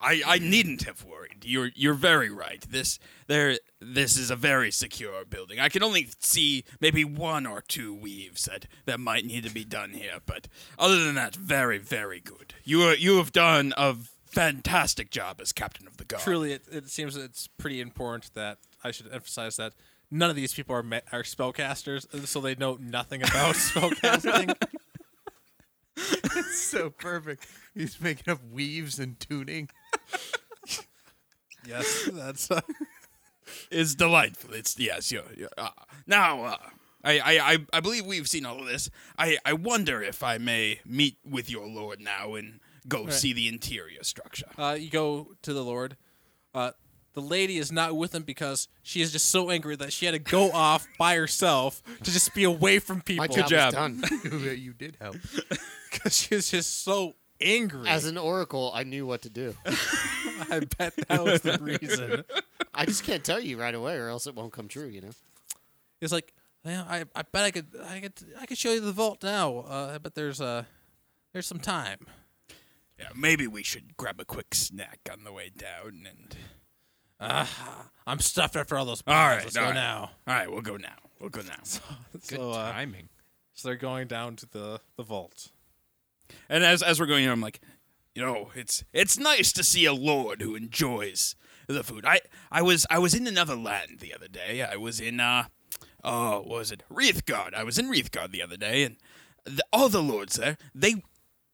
[SPEAKER 2] I I needn't have worried you're you're very right this there this is a very secure building I can only see maybe one or two weaves that that might need to be done here but other than that very very good you are, you have done a fantastic job as captain of the guard
[SPEAKER 1] truly, it, it seems that it's pretty important that I should emphasize that none of these people are ma- are spellcasters, and so they know nothing about
[SPEAKER 4] (laughs)
[SPEAKER 1] spellcasting.
[SPEAKER 3] so perfect. He's making up weaves and tuning. (laughs)
[SPEAKER 1] yes, that's uh,
[SPEAKER 2] (laughs) It's delightful. It's yes, you. you- uh, now, uh, I, I, I, I believe we've seen all of this. I, I wonder if I may meet with your lord now and go see the interior structure.
[SPEAKER 1] uh, you go to the Lord. Uh, the lady is not with him because she is just so angry that she had to go off by herself to just be away from
[SPEAKER 4] (laughs) My
[SPEAKER 1] (laughs) people
[SPEAKER 4] job
[SPEAKER 2] job.
[SPEAKER 4] is done.
[SPEAKER 3] you did help.
[SPEAKER 1] because she was just so angry.
[SPEAKER 4] As an oracle, I knew what to do.
[SPEAKER 1] I bet that was the
[SPEAKER 3] (laughs)
[SPEAKER 1] reason.
[SPEAKER 4] I just can't tell you right away, or else it won't come true. You know.
[SPEAKER 1] It's like, yeah, I, I bet I could, I could, I could show you the vault now. Uh, I bet there's uh, there's some time.
[SPEAKER 2] Yeah, maybe we should grab a quick snack on the way down and
[SPEAKER 1] I'm stuffed after all those.
[SPEAKER 2] All
[SPEAKER 1] piles.
[SPEAKER 2] right,
[SPEAKER 1] let's
[SPEAKER 2] all
[SPEAKER 1] go
[SPEAKER 2] right.
[SPEAKER 1] now.
[SPEAKER 2] all right, we'll go now. We'll go now.
[SPEAKER 3] Good
[SPEAKER 1] so, uh,
[SPEAKER 3] timing.
[SPEAKER 1] so they're going down to the the vault.
[SPEAKER 2] And as as we're going in, I'm like, you know, it's it's nice to see a lord who enjoys the food. I I was I was in another land the other day. I was in uh oh what was it Wreathgard. I was in Wreathgard the other day, and the, all the lords there they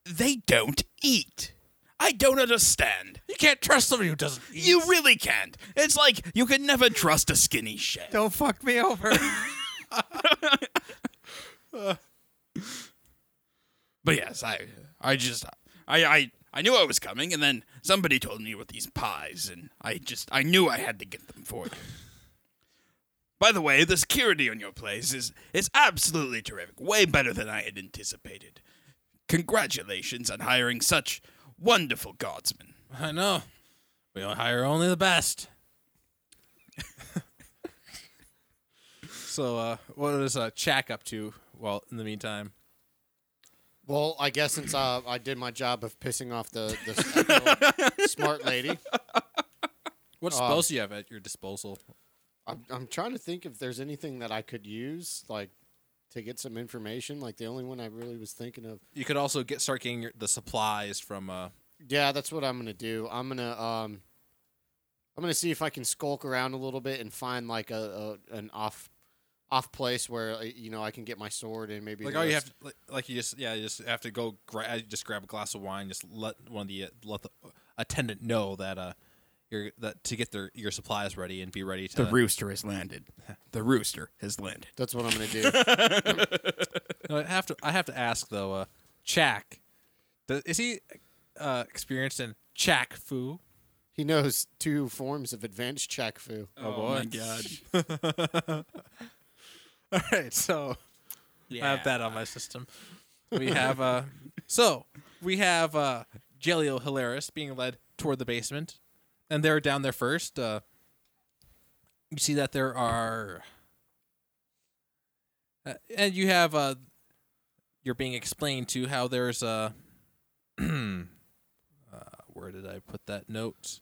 [SPEAKER 2] they don't eat. I don't understand.
[SPEAKER 1] You can't trust somebody who doesn't. Eat.
[SPEAKER 2] You really can't. It's like you can never trust a skinny chef.
[SPEAKER 3] Don't fuck me over.
[SPEAKER 2] But yes, I I just I I I knew I was coming, and then somebody told me with these pies, and I just I knew I had to get them for you. By the way, the security on your place is is absolutely terrific. Way better than I had anticipated. Congratulations on hiring such wonderful guardsmen.
[SPEAKER 1] (laughs) I know. We don't hire only the (laughs) best. so, uh, what is uh, Chak up to? Well, in the meantime,
[SPEAKER 4] Well, I guess since uh, I did my job of pissing off the, (laughs) the smart lady,
[SPEAKER 1] what spells do you have at your disposal?
[SPEAKER 4] I'm, I'm trying to think if there's anything that I could use, like to get some information. Like the only one I really was thinking of.
[SPEAKER 1] You could also get start getting your, the supplies from. Uh,
[SPEAKER 4] Yeah, that's what I'm gonna do. I'm gonna um, I'm gonna see if I can skulk around a little bit and find like a, a an off off place where uh, you know I can get my sword and maybe
[SPEAKER 1] like
[SPEAKER 4] the
[SPEAKER 1] all you
[SPEAKER 4] rest-
[SPEAKER 1] have, to, like, like you just yeah, you just have to go gra- uh, just grab a glass of wine, just let one of the uh, let the attendant know that uh, your that to get their your supplies ready and be ready to.
[SPEAKER 2] rooster has landed. Uh, (laughs) The rooster has landed.
[SPEAKER 4] That's what I'm gonna do.
[SPEAKER 1] (laughs) No, I have to. I have to ask though. Uh, Chak, does, is he uh, experienced in Chak Fu?
[SPEAKER 4] he knows two forms of advanced chakfu.
[SPEAKER 2] Oh, my god.
[SPEAKER 1] (laughs) All right, so I have that on my system. We have uh, (laughs) so we have uh, Gelio Hilaris being led toward the basement, and they're down there first. Uh, you see that there are, uh, and you have uh, you're being explained to how there's a. (clears throat) uh, where did I put that note?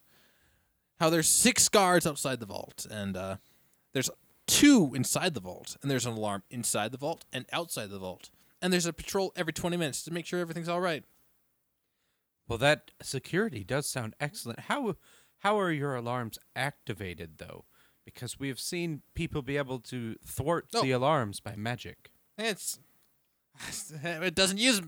[SPEAKER 1] How there's six guards outside the vault, and uh, there's two inside the vault, and there's an alarm inside the vault and outside the vault, and there's a patrol every 20 minutes to make sure everything's all right.
[SPEAKER 3] Well, that security does sound excellent. How how are your alarms activated though? Because we have seen people be able to thwart
[SPEAKER 1] Oh.
[SPEAKER 3] the alarms by magic.
[SPEAKER 1] It's (laughs) it doesn't use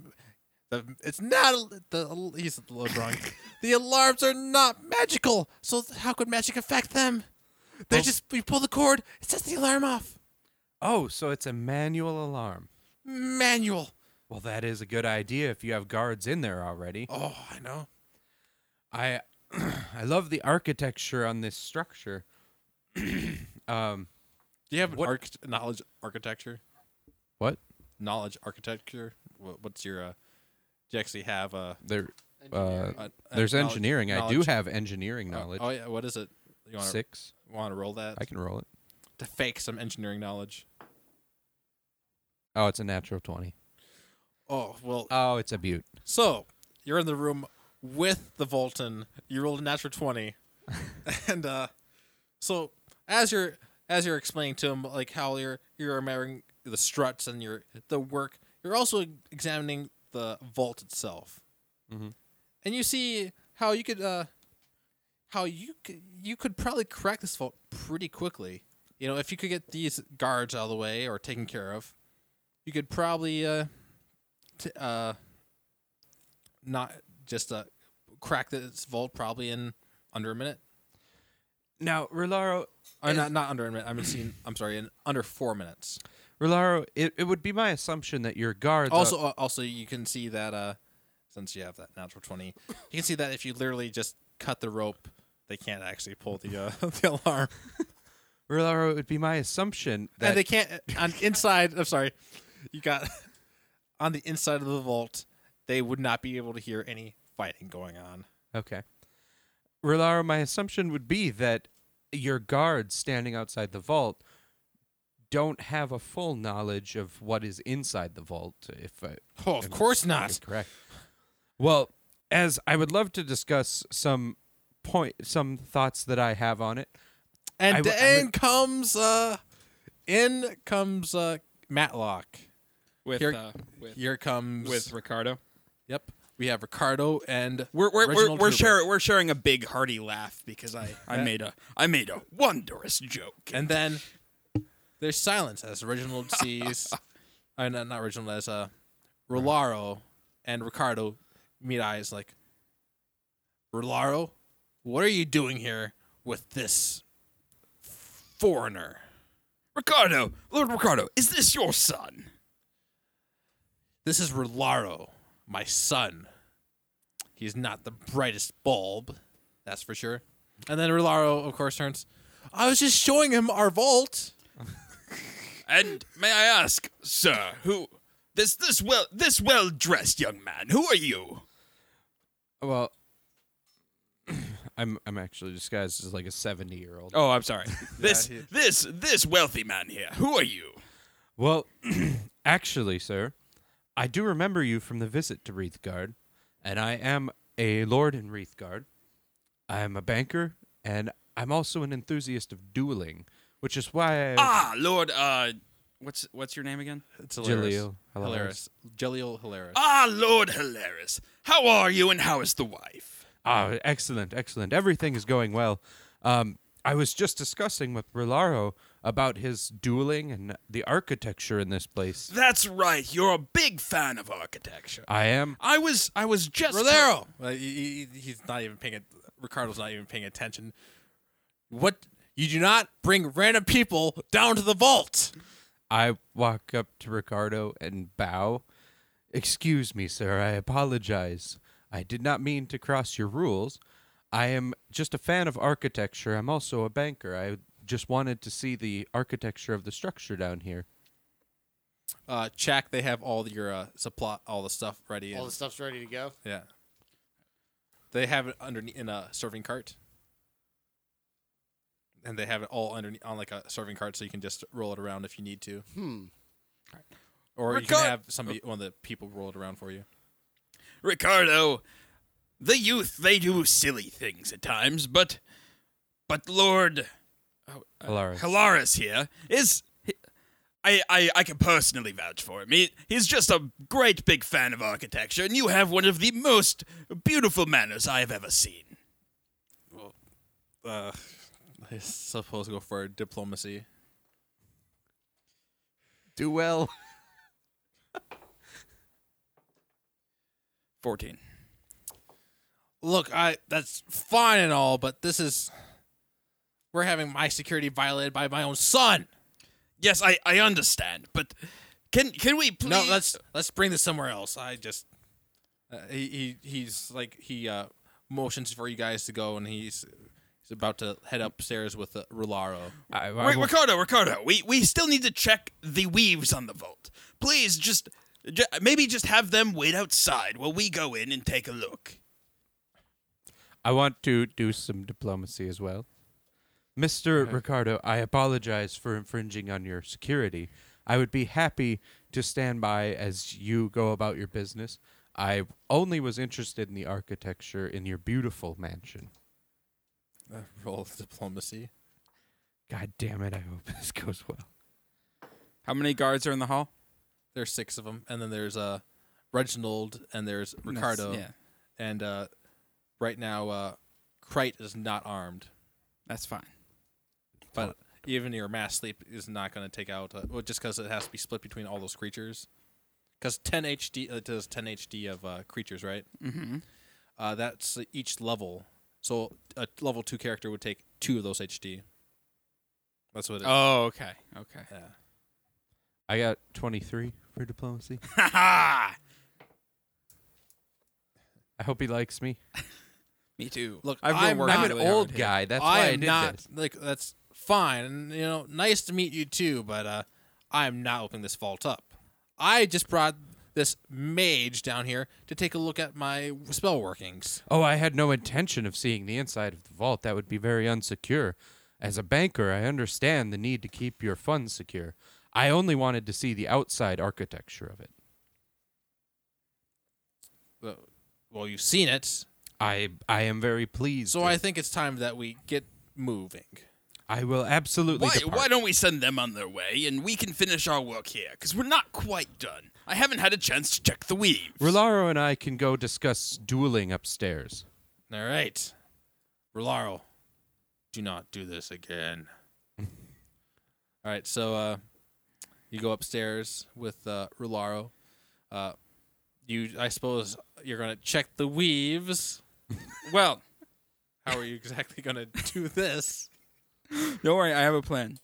[SPEAKER 1] the it's not the he's a little (laughs) drunk. the alarms are not magical, so how could magic affect them? They
[SPEAKER 3] Well-
[SPEAKER 1] just we pull the cord, it sets the alarm off.
[SPEAKER 3] Oh, so it's a manual alarm.
[SPEAKER 1] Manual.
[SPEAKER 3] Well, that is a good idea if you have guards in there already.
[SPEAKER 1] Oh, I know.
[SPEAKER 3] I (clears throat) I love the architecture on this structure. (clears throat) um,
[SPEAKER 1] Do you have
[SPEAKER 3] What-
[SPEAKER 1] arch- knowledge architecture?
[SPEAKER 3] what?
[SPEAKER 1] Knowledge architecture. Wha- What's your? Uh, do you actually have a?
[SPEAKER 3] There uh,
[SPEAKER 1] a- a
[SPEAKER 3] there's
[SPEAKER 1] knowledge-
[SPEAKER 3] engineering. I do
[SPEAKER 1] knowledge-
[SPEAKER 3] have engineering knowledge.
[SPEAKER 1] Oh, oh, yeah, what is it? You want to
[SPEAKER 3] Six.
[SPEAKER 1] want to roll that
[SPEAKER 3] I can roll it.
[SPEAKER 1] to fake some engineering knowledge?
[SPEAKER 3] Oh, it's a natural twenty.
[SPEAKER 1] Oh well.
[SPEAKER 3] Oh, it's a butte.
[SPEAKER 1] so you're in the room with the Volton. You rolled a natural twenty, (laughs) and uh, so as you're as you're explaining to him like how you're you're admiring the struts and your the work, you're also examining the vault itself,
[SPEAKER 3] Mhm.
[SPEAKER 1] and you see how you could uh, how you could, you could probably crack this vault pretty quickly. You know, if you could get these guards out of the way or taken care of, you could probably uh, t- uh, not just uh, crack this vault probably in under a minute.
[SPEAKER 3] Now, Rolaro,
[SPEAKER 1] Or not, not under a minute. I'm seeing. I'm sorry, in under four minutes.
[SPEAKER 3] Rolaro, it, it would be my assumption that your guards
[SPEAKER 1] Also, uh, also, you can see that uh, since you have that natural twenty, you can see that if you literally just cut the rope, they can't actually pull the uh, (laughs) the alarm,
[SPEAKER 3] Rolaro, it would be my assumption that
[SPEAKER 1] and they uh, (laughs) can't on inside. I'm sorry, you got on the inside of the vault. they would not be able to hear any fighting going on.
[SPEAKER 3] Okay. Rilaro, my assumption would be that your guards standing outside the vault don't have a full knowledge of what is inside the vault, if uh, I
[SPEAKER 1] Oh, of course not.
[SPEAKER 3] correct. Well, as I would love to discuss some point some thoughts that I have on it. I
[SPEAKER 1] And
[SPEAKER 3] w- I
[SPEAKER 1] then
[SPEAKER 3] would-
[SPEAKER 1] comes uh in comes uh Matlock.
[SPEAKER 2] with
[SPEAKER 1] Here-
[SPEAKER 2] uh, with
[SPEAKER 1] Here comes
[SPEAKER 2] with Ricardo.
[SPEAKER 1] Yep. We have Ricardo and
[SPEAKER 2] We're we're we're,
[SPEAKER 1] Reginald
[SPEAKER 2] we're
[SPEAKER 1] Huber.
[SPEAKER 2] sharing we're sharing a big hearty laugh because I I made a I made a wondrous joke.
[SPEAKER 1] And then there's silence as Reginald (laughs) sees, uh, not, not Reginald, as uh, Rolaro and Ricardo meet eyes like, Rolaro, what are you doing here with this foreigner?
[SPEAKER 2] Ricardo, Lord Ricardo, is this your son?
[SPEAKER 1] This is Rolaro, my son. He's not the brightest bulb, that's for sure. And then Rolaro, of course, turns, I was just showing him our vault.
[SPEAKER 2] And may I ask, sir, who this this well this well dressed young man? Who are you?
[SPEAKER 3] Well, (clears throat) I'm I'm actually disguised as like a 70-year-old.
[SPEAKER 2] Oh, I'm (laughs) sorry. this
[SPEAKER 1] he-
[SPEAKER 2] this this wealthy man here. Who are you?
[SPEAKER 3] Well, (clears throat) actually, sir, I do remember you from the visit to Wreathguard, and I am a lord in Wreathguard. I am a banker, and I'm also an enthusiast of dueling, which is why I.
[SPEAKER 2] Ah, Lord. Uh, what's what's your name again?
[SPEAKER 1] It's hilarious.
[SPEAKER 3] Jaleel
[SPEAKER 1] Hilarious. Jaleel Hilarious.
[SPEAKER 2] Ah, Lord Hilarious. How are you, and how is the wife?
[SPEAKER 3] Ah, excellent, excellent. Everything is going well. Um, I was just discussing with Rilaro about his dueling and the architecture in this place.
[SPEAKER 2] That's right. You're a big fan of architecture.
[SPEAKER 3] I am.
[SPEAKER 2] I was I was just
[SPEAKER 1] Rodero. Uh, he, he- he's not even paying. It, Ricardo's not even paying attention. What? You do not bring random people down to the vault.
[SPEAKER 3] I walk up to Ricardo and bow. Excuse me, sir. I apologize. I did not mean to cross your rules. I am just a fan of architecture. I'm also a banker. I just wanted to see the architecture of the structure down here.
[SPEAKER 1] Uh, check. They have all your uh, supply, all the stuff ready.
[SPEAKER 4] All
[SPEAKER 1] and-
[SPEAKER 4] the stuff's ready to go.
[SPEAKER 1] yeah. They have it underneath in a serving cart. And they have it all underneath on like a serving cart, so you can just roll it around if you need to,
[SPEAKER 4] Hmm.
[SPEAKER 1] or you
[SPEAKER 2] Ricard-
[SPEAKER 1] can have somebody, one of the people, roll it around for you. (laughs)
[SPEAKER 2] Ricardo, the youth they do silly things at times, but but Lord
[SPEAKER 3] Hilarious.
[SPEAKER 2] Hilaris here is I, I I can personally vouch for him. He, he's just a great big fan of architecture, and you have one of the most beautiful manners I have ever seen.
[SPEAKER 1] Uh, I suppose go for diplomacy.
[SPEAKER 3] Do well.
[SPEAKER 2] Fourteen.
[SPEAKER 1] look, I that's fine and all, but this is we're having my security violated by my own son.
[SPEAKER 2] Yes, I, I understand, but can can we please?
[SPEAKER 1] No, let's let's bring this somewhere else. I just uh, he, he he's like he uh motions for you guys to go and he's he's about to head upstairs with uh, Rularo.
[SPEAKER 3] I, I
[SPEAKER 2] Ri-
[SPEAKER 3] wa-
[SPEAKER 2] Ricardo, Ricardo, we, we still need to check the weaves on the vault. Please, just, ju- maybe just have them wait outside while we go in and take a look.
[SPEAKER 3] I want to do some diplomacy as well. Mr. Ricardo, I apologize for infringing on your security. I would be happy to stand by as you go about your business. I only was interested in the architecture in your beautiful mansion.
[SPEAKER 1] Uh, roll diplomacy.
[SPEAKER 3] God damn it, I hope (laughs) this goes well.
[SPEAKER 2] How many guards are in the hall?
[SPEAKER 1] There's six of them, and then there's uh Reginald and there's Ricardo
[SPEAKER 2] yeah,
[SPEAKER 1] and uh right now uh Krite is not armed.
[SPEAKER 2] that's fine.
[SPEAKER 1] But even your mass sleep is not going to take out, uh, well, just because it has to be split between all those creatures. Because 10 HD, uh, it does 10 HD of uh, creatures, right?
[SPEAKER 2] Mm-hmm.
[SPEAKER 1] Uh, that's each level. So a level two character would take two of those HD. That's what it
[SPEAKER 2] Oh, okay, okay.
[SPEAKER 1] Yeah.
[SPEAKER 3] I got 23 for diplomacy.
[SPEAKER 2] Ha ha!
[SPEAKER 3] I hope he likes me.
[SPEAKER 2] (laughs) Me too.
[SPEAKER 1] Look,
[SPEAKER 2] I've been
[SPEAKER 1] I'm
[SPEAKER 2] working
[SPEAKER 1] not-
[SPEAKER 3] I'm an
[SPEAKER 2] really
[SPEAKER 3] old
[SPEAKER 2] hard here.
[SPEAKER 3] guy. That's why
[SPEAKER 1] I
[SPEAKER 3] I
[SPEAKER 1] am
[SPEAKER 3] did
[SPEAKER 1] not,
[SPEAKER 3] this.
[SPEAKER 1] like, that's fine. And, you know, nice to meet you too, but uh, I'm not opening this vault up. I just brought this mage down here to take a look at my spell workings.
[SPEAKER 3] Oh, I had no intention of seeing the inside of the vault. That would be very unsecure. As a banker, I understand the need to keep your funds secure. I only wanted to see the outside architecture of it.
[SPEAKER 1] Uh, Well, you've seen it,
[SPEAKER 3] I I am very pleased.
[SPEAKER 1] so I think it's time that we get moving.
[SPEAKER 3] I will absolutely
[SPEAKER 2] Why,
[SPEAKER 3] depart.
[SPEAKER 2] why don't we send them on their way and we can finish our work here? Because we're not quite done. I haven't had a chance to check the weaves.
[SPEAKER 3] Rolaro and I can go discuss dueling upstairs.
[SPEAKER 1] All right, Rolaro, do not do this again. All right, so uh, you go upstairs with uh, Rolaro. Uh, you, I suppose, you're gonna check the weaves.
[SPEAKER 2] well,
[SPEAKER 1] How are you exactly gonna (laughs) do this?
[SPEAKER 2] don't worry, I have a plan.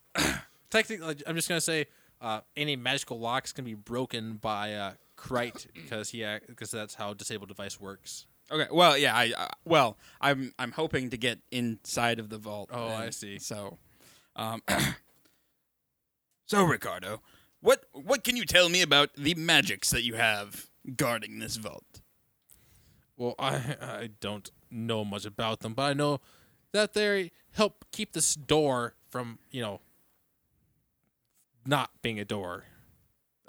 [SPEAKER 1] technically, I'm just gonna say uh, any magical locks can be broken by uh, Krite because he because that's how disabled device works.
[SPEAKER 2] Okay. Well, yeah. I uh, well, I'm I'm hoping to get inside of the vault.
[SPEAKER 1] Oh, I
[SPEAKER 2] and
[SPEAKER 1] see.
[SPEAKER 2] So, um, (coughs) so Ricardo, what what can you tell me about the magics that you have guarding this vault?
[SPEAKER 1] Well, (laughs) I I don't know much about them, but I know that they help keep this door from you know not being a door,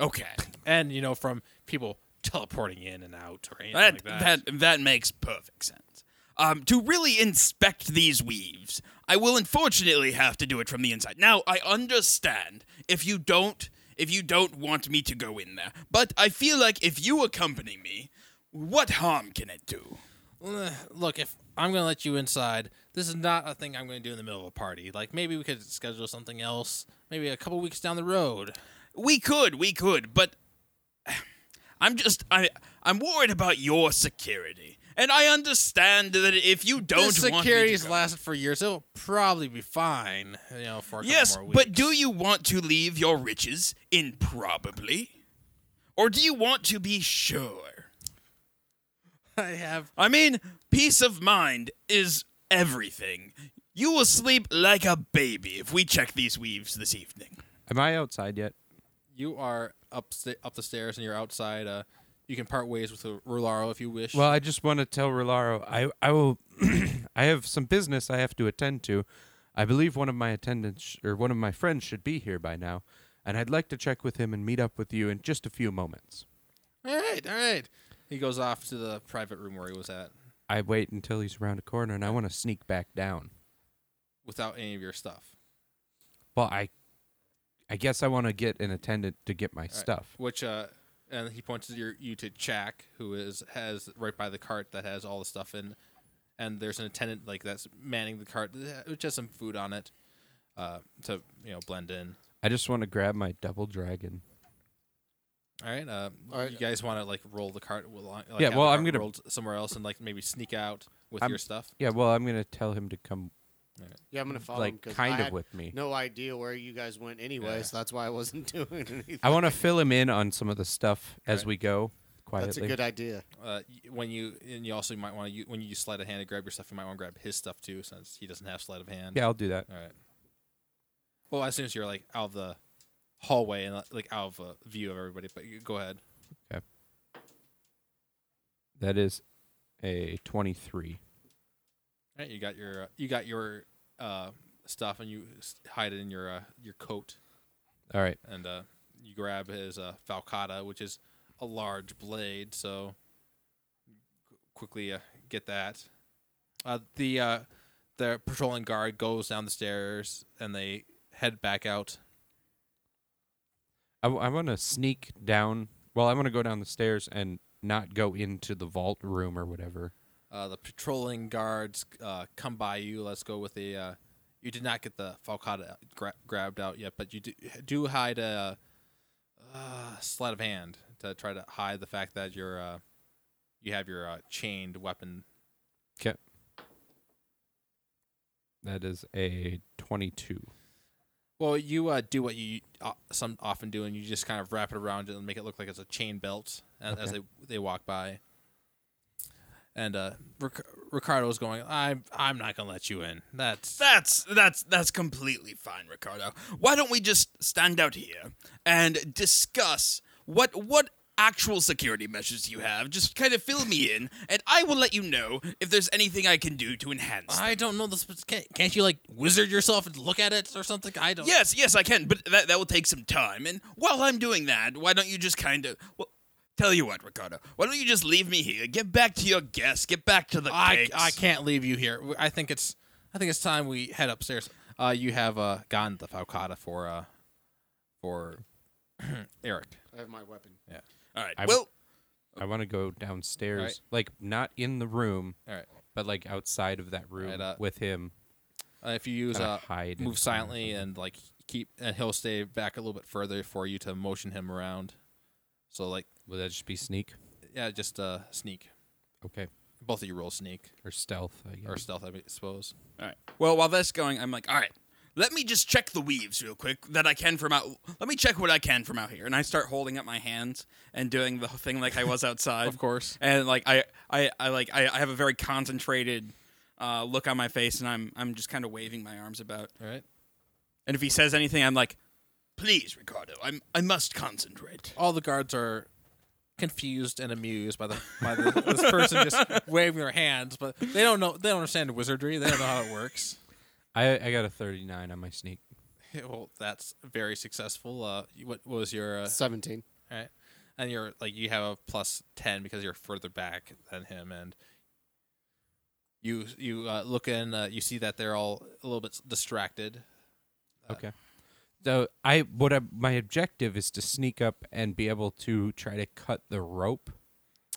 [SPEAKER 2] Okay.
[SPEAKER 1] (laughs) and you know from people teleporting in and out or anything
[SPEAKER 2] That
[SPEAKER 1] like
[SPEAKER 2] that that makes perfect sense. Um, to really inspect these weaves, I will unfortunately have to do it from the inside. Now, I understand if you don't if you don't want me to go in there, but I feel like if you accompany me, what harm can it do?
[SPEAKER 1] Ugh, Look, if I'm gonna let you inside, this is not a thing I'm gonna do in the middle of a party. Like maybe we could schedule something else, maybe a couple weeks down the road.
[SPEAKER 2] We could, we could, but (sighs) I'm just I I'm worried about your security. And I understand that if you don't
[SPEAKER 1] This
[SPEAKER 2] want me to
[SPEAKER 1] security's
[SPEAKER 2] go-
[SPEAKER 1] lasted for years. It'll probably be fine. You know, for a couple
[SPEAKER 2] Yes,
[SPEAKER 1] more weeks. (laughs)
[SPEAKER 2] but do you want to leave your riches in probably? Or do you want to be sure?
[SPEAKER 1] I have?
[SPEAKER 2] I mean, peace of mind is everything. You will sleep like a baby if we check these weaves this evening.
[SPEAKER 3] Am I outside yet?
[SPEAKER 1] You are up up the stairs and you're outside. Uh, you can part ways with Rularo if you wish.
[SPEAKER 3] Well, I just want to tell Rolaro I I will (clears throat) I have some business I have to attend to. I believe one of my attendants sh- or one of my friends should be here by now, and I'd like to check with him and meet up with you in just a few moments.
[SPEAKER 1] all right, all right. He goes off to the private room where he was at
[SPEAKER 3] I wait until he's around a corner and I want to sneak back down.
[SPEAKER 1] without any of your stuff,
[SPEAKER 3] Well, I I guess I want to get an attendant to get my
[SPEAKER 1] right.
[SPEAKER 3] stuff.
[SPEAKER 1] which uh, and he points to your, you to Chak, who is has right by the cart that has all the stuff in, and there's an attendant like that's manning the cart, uh, which has some food on it, uh, to you know blend in.
[SPEAKER 3] I just want to grab my double dragon.
[SPEAKER 1] All right. Uh,
[SPEAKER 4] All right.
[SPEAKER 1] You guys want to like roll the cart? Along, like,
[SPEAKER 3] Yeah,
[SPEAKER 1] have the
[SPEAKER 3] well,
[SPEAKER 1] cart
[SPEAKER 3] I'm gonna-
[SPEAKER 1] rolled somewhere else and like maybe sneak out with
[SPEAKER 3] I'm-
[SPEAKER 1] your stuff.
[SPEAKER 3] Yeah, well, I'm going to tell him to come
[SPEAKER 4] Yeah, I'm gonna follow him
[SPEAKER 3] like
[SPEAKER 4] 'cause
[SPEAKER 3] kind
[SPEAKER 4] I
[SPEAKER 3] of
[SPEAKER 4] had
[SPEAKER 3] with me.
[SPEAKER 4] No idea where you guys went anyway,
[SPEAKER 1] Yeah.
[SPEAKER 4] so that's why I wasn't (laughs) doing anything.
[SPEAKER 3] I want to fill him in on some of the stuff as
[SPEAKER 1] Right.
[SPEAKER 3] we go quietly.
[SPEAKER 4] That's a good idea.
[SPEAKER 1] Uh, y- when you and you also might want to when you use sleight of hand to grab your stuff, you might want to grab his stuff too, since he doesn't have sleight of hand.
[SPEAKER 3] yeah, I'll do that.
[SPEAKER 1] All right. Well, as soon as you're like out of the hallway and like out of uh, view of everybody, but you, go ahead.
[SPEAKER 3] That is a 23.
[SPEAKER 1] All right, you got your uh, you got your uh, stuff and you s- hide it in your uh, your coat.
[SPEAKER 3] All right.
[SPEAKER 1] and uh, you grab his uh, falcata, which is a large blade. So qu- quickly uh, get that. Uh, the uh, the patrolling guard goes down the stairs and they head back out.
[SPEAKER 3] I, want to sneak down. Well, I want to go down the stairs and not go into the vault room or whatever.
[SPEAKER 1] Uh, the patrolling guards uh, come by you. Let's go with the. Uh, you did not get the falcata gra- grabbed out yet, but you do, do hide a uh, sleight of hand to try to hide the fact that you're uh, you have your uh, chained weapon
[SPEAKER 3] That is a 22.
[SPEAKER 1] Well, you uh, do what you uh, some often do, and you just kind of wrap it around it and make it look like it's a chain belt as, as they
[SPEAKER 3] Okay.
[SPEAKER 1] they walk by. And uh, Ric- Ricardo's going, "I'm I'm not gonna let you in. That's
[SPEAKER 2] That's that's that's completely fine, Ricardo. Why don't we just stand out here and discuss what what actual security measures you have. Just kind of fill me in, and I will let you know if there's anything I can do to enhance. them.
[SPEAKER 1] I don't know this. Can't, can't you like wizard yourself and look at it or something? I
[SPEAKER 2] (laughs)
[SPEAKER 1] don't.
[SPEAKER 2] Yes, yes, I can, but that, that will take some time. And while I'm doing that, why don't you just kind of. Well, tell you what, Ricardo. Why don't you just leave me here? Get back to your guests. Get back to the
[SPEAKER 1] I,
[SPEAKER 2] cakes.
[SPEAKER 1] I can't leave you here. I think it's I think it's time we head upstairs. Uh, you have uh gotten the falcata for uh for (clears throat) Eric.
[SPEAKER 4] I have my weapon.
[SPEAKER 2] All right.
[SPEAKER 3] I w-
[SPEAKER 2] well,
[SPEAKER 3] I want to go downstairs, like not in the room,
[SPEAKER 1] All right.
[SPEAKER 3] but like outside of that room
[SPEAKER 1] Right, uh,
[SPEAKER 3] with him.
[SPEAKER 1] Uh, if you use
[SPEAKER 3] Kinda
[SPEAKER 1] uh
[SPEAKER 3] hide in
[SPEAKER 1] move
[SPEAKER 3] somewhere or
[SPEAKER 1] silently and like keep and he'll stay back a little bit further for you to motion him around. So like
[SPEAKER 3] Would that just be sneak?
[SPEAKER 1] yeah, just uh sneak.
[SPEAKER 3] Okay,
[SPEAKER 1] Both of you roll sneak
[SPEAKER 3] or stealth? I guess.
[SPEAKER 1] or stealth, I suppose.
[SPEAKER 2] all right. Well, while that's going, I'm like, all right. Let me just check the weaves real quick that I can from out. Let me check what I can from out here, and I start holding up my hands and doing the thing like I (laughs) was outside.
[SPEAKER 1] Of course.
[SPEAKER 2] and like I, I, I like I, I have a very concentrated uh, look on my face, and I'm I'm just kind of waving my arms about.
[SPEAKER 1] All right.
[SPEAKER 2] And if he says anything, I'm like, please, Ricardo, I'm I must concentrate.
[SPEAKER 1] all the guards are confused and amused by the
[SPEAKER 3] (laughs)
[SPEAKER 1] by the, this person just waving their hands, but they don't know they don't understand wizardry. They don't know how it works. (laughs)
[SPEAKER 3] I I got a thirty nine on my sneak.
[SPEAKER 1] Yeah, Well, that's very successful. Uh, you- what, what was your uh,
[SPEAKER 4] Seventeen.
[SPEAKER 1] right? And you're like you have a plus ten because you're further back than him, and you you uh, look in, uh, you see that they're all a little bit distracted.
[SPEAKER 3] Okay. So I what I, my objective is to sneak up and be able to try to cut the rope.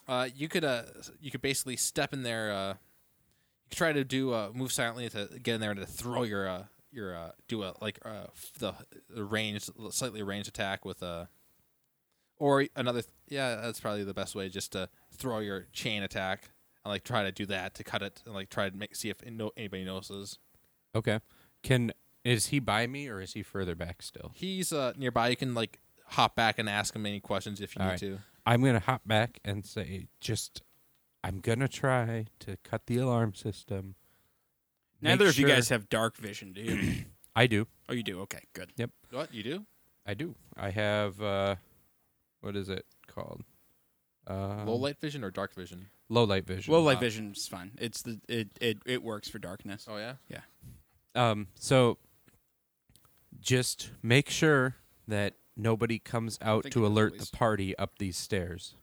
[SPEAKER 1] Uh, you could uh, you could basically step in there. Uh, you could try to do uh, move silently to get in there and to throw your uh, your uh, do a like uh, f- the the ranged slightly ranged attack with a or another yeah that's probably the best way just to throw your chain attack and like try to do that to cut it and like try to make see if no, anybody notices.
[SPEAKER 3] Okay. Can is he by me or is he further back still?
[SPEAKER 1] He's uh, nearby. You can like hop back and ask him any questions if you
[SPEAKER 3] All
[SPEAKER 1] need
[SPEAKER 3] right.
[SPEAKER 1] to.
[SPEAKER 3] I'm gonna hop back and say, just I'm gonna try to cut the alarm system. Make
[SPEAKER 2] Neither of you
[SPEAKER 3] sure-
[SPEAKER 2] guys have dark vision, do (clears throat) you?
[SPEAKER 3] I do.
[SPEAKER 2] oh, you do. Okay, good.
[SPEAKER 1] What you do?
[SPEAKER 3] I do. I have uh, what is it called? Uh,
[SPEAKER 1] Low light vision or dark vision?
[SPEAKER 3] Low light vision.
[SPEAKER 2] Low light vision is fine. It's the it, it it works for darkness.
[SPEAKER 1] Oh yeah.
[SPEAKER 3] Um, so just make sure that nobody comes out
[SPEAKER 2] Think
[SPEAKER 3] to
[SPEAKER 2] about the
[SPEAKER 3] alert the
[SPEAKER 2] police.
[SPEAKER 3] party up these stairs.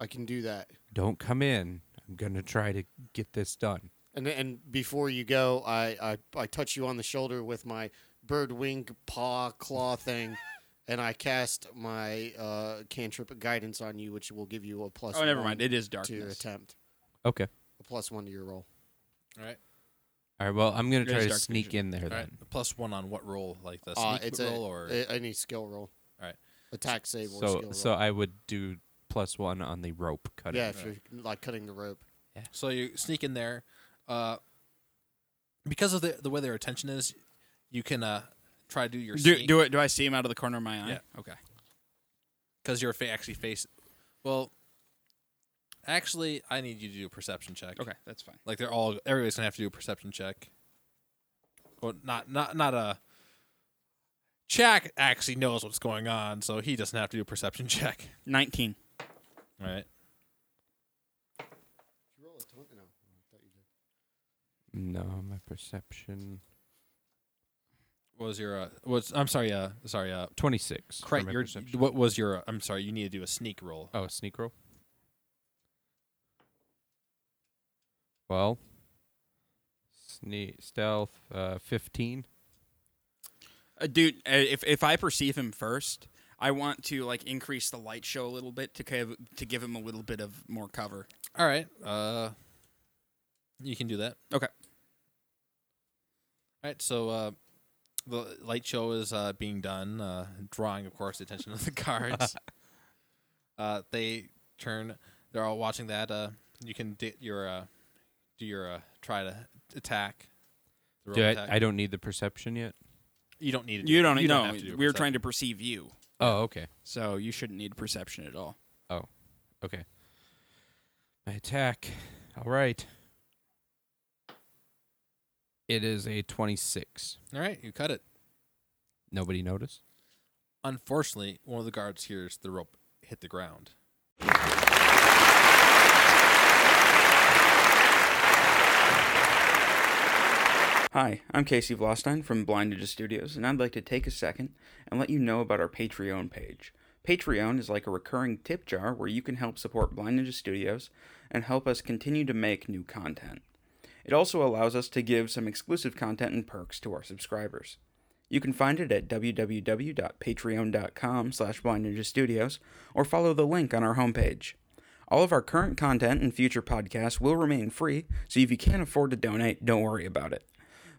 [SPEAKER 4] I can do that.
[SPEAKER 3] Don't come in. I'm gonna try to get this done.
[SPEAKER 4] And and before you go, I I, I touch you on the shoulder with my bird wing paw
[SPEAKER 3] (laughs)
[SPEAKER 4] claw thing. And I cast my uh, cantrip guidance on you, which will give you a plus.
[SPEAKER 2] Oh, never
[SPEAKER 4] one
[SPEAKER 2] mind. It is
[SPEAKER 4] to your
[SPEAKER 2] darkness.
[SPEAKER 4] attempt,
[SPEAKER 3] Okay.
[SPEAKER 4] a plus one to your roll.
[SPEAKER 1] All right.
[SPEAKER 3] All right. Well, I'm gonna
[SPEAKER 2] It
[SPEAKER 3] try
[SPEAKER 2] is
[SPEAKER 3] to
[SPEAKER 2] dark
[SPEAKER 3] sneak in there
[SPEAKER 1] All
[SPEAKER 3] then.
[SPEAKER 1] right. Plus one on what roll? Like the
[SPEAKER 4] Uh,
[SPEAKER 1] sneak
[SPEAKER 4] it's a,
[SPEAKER 1] roll or
[SPEAKER 4] a- any skill roll.
[SPEAKER 1] Alright.
[SPEAKER 4] Attack save or
[SPEAKER 3] So
[SPEAKER 4] skill
[SPEAKER 3] so
[SPEAKER 4] roll.
[SPEAKER 3] I would do plus one on the rope cutting.
[SPEAKER 4] yeah, if you're like cutting the rope.
[SPEAKER 1] so you sneak in there. Uh, because of the the way their attention is, you can uh try to do your
[SPEAKER 2] Do, do it. Do I see him out of the corner of my eye?
[SPEAKER 1] Yeah.
[SPEAKER 2] Okay.
[SPEAKER 1] because you're fa- actually face. Well, actually, I need you to do a perception check.
[SPEAKER 2] Okay, that's fine.
[SPEAKER 1] Like they're all everybody's gonna have to do a perception check. Well, not not not a. Jack actually knows what's going on, so he doesn't have to do a perception (laughs) check.
[SPEAKER 2] Nineteen.
[SPEAKER 1] All right.
[SPEAKER 3] No, my perception.
[SPEAKER 1] What was your uh, what's I'm sorry uh sorry uh
[SPEAKER 3] Twenty six.
[SPEAKER 1] Cri- your- what was your? I'm sorry, you need to do a sneak roll.
[SPEAKER 3] Oh, a sneak roll. Well, sneak stealth uh, fifteen.
[SPEAKER 2] Uh, dude, uh, if if I perceive him first, I want to like increase the light show a little bit to give to give him a little bit of more cover.
[SPEAKER 1] All right, uh, you can do that.
[SPEAKER 2] Okay.
[SPEAKER 1] All right, so uh, the light show is uh, being done, uh, drawing, of course, the attention of the (laughs) guards. uh, they turn. They're all watching that. Uh, you can di- your uh, do your uh, try to attack. the roll
[SPEAKER 3] Do
[SPEAKER 1] attack.
[SPEAKER 3] I, I don't need the perception yet.
[SPEAKER 1] you don't e- need to. do
[SPEAKER 2] You
[SPEAKER 1] it.
[SPEAKER 2] don't, know.
[SPEAKER 1] have to do a
[SPEAKER 2] we were
[SPEAKER 1] perception.
[SPEAKER 2] trying to perceive you,
[SPEAKER 3] Oh, okay,
[SPEAKER 2] so you shouldn't need perception at all.
[SPEAKER 3] okay. My attack. All right. It is a twenty-six.
[SPEAKER 1] All right, you cut it.
[SPEAKER 3] Nobody noticed.
[SPEAKER 1] Unfortunately, one of the guards hears the rope hit the ground.
[SPEAKER 2] Hi, I'm Casey Vlostein from Blind Ninja Studios, and I'd like to take a second and let you know about our Patreon page. Patreon is like a recurring tip jar where you can help support Blind Ninja Studios and help us continue to make new content. It also allows us to give some exclusive content and perks to our subscribers. You can find it at www.patreon.com slash Blind Ninja Studios or follow the link on our homepage. All of our current content and future podcasts will remain free, so if you can't afford to donate, don't worry about it.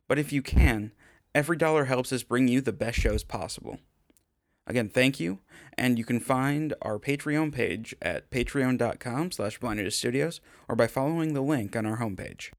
[SPEAKER 2] But if you can, every dollar helps us bring you the best shows possible. Again, thank you, and you can find our Patreon page at patreon.com slash Blinded Studios or by following the link on our homepage.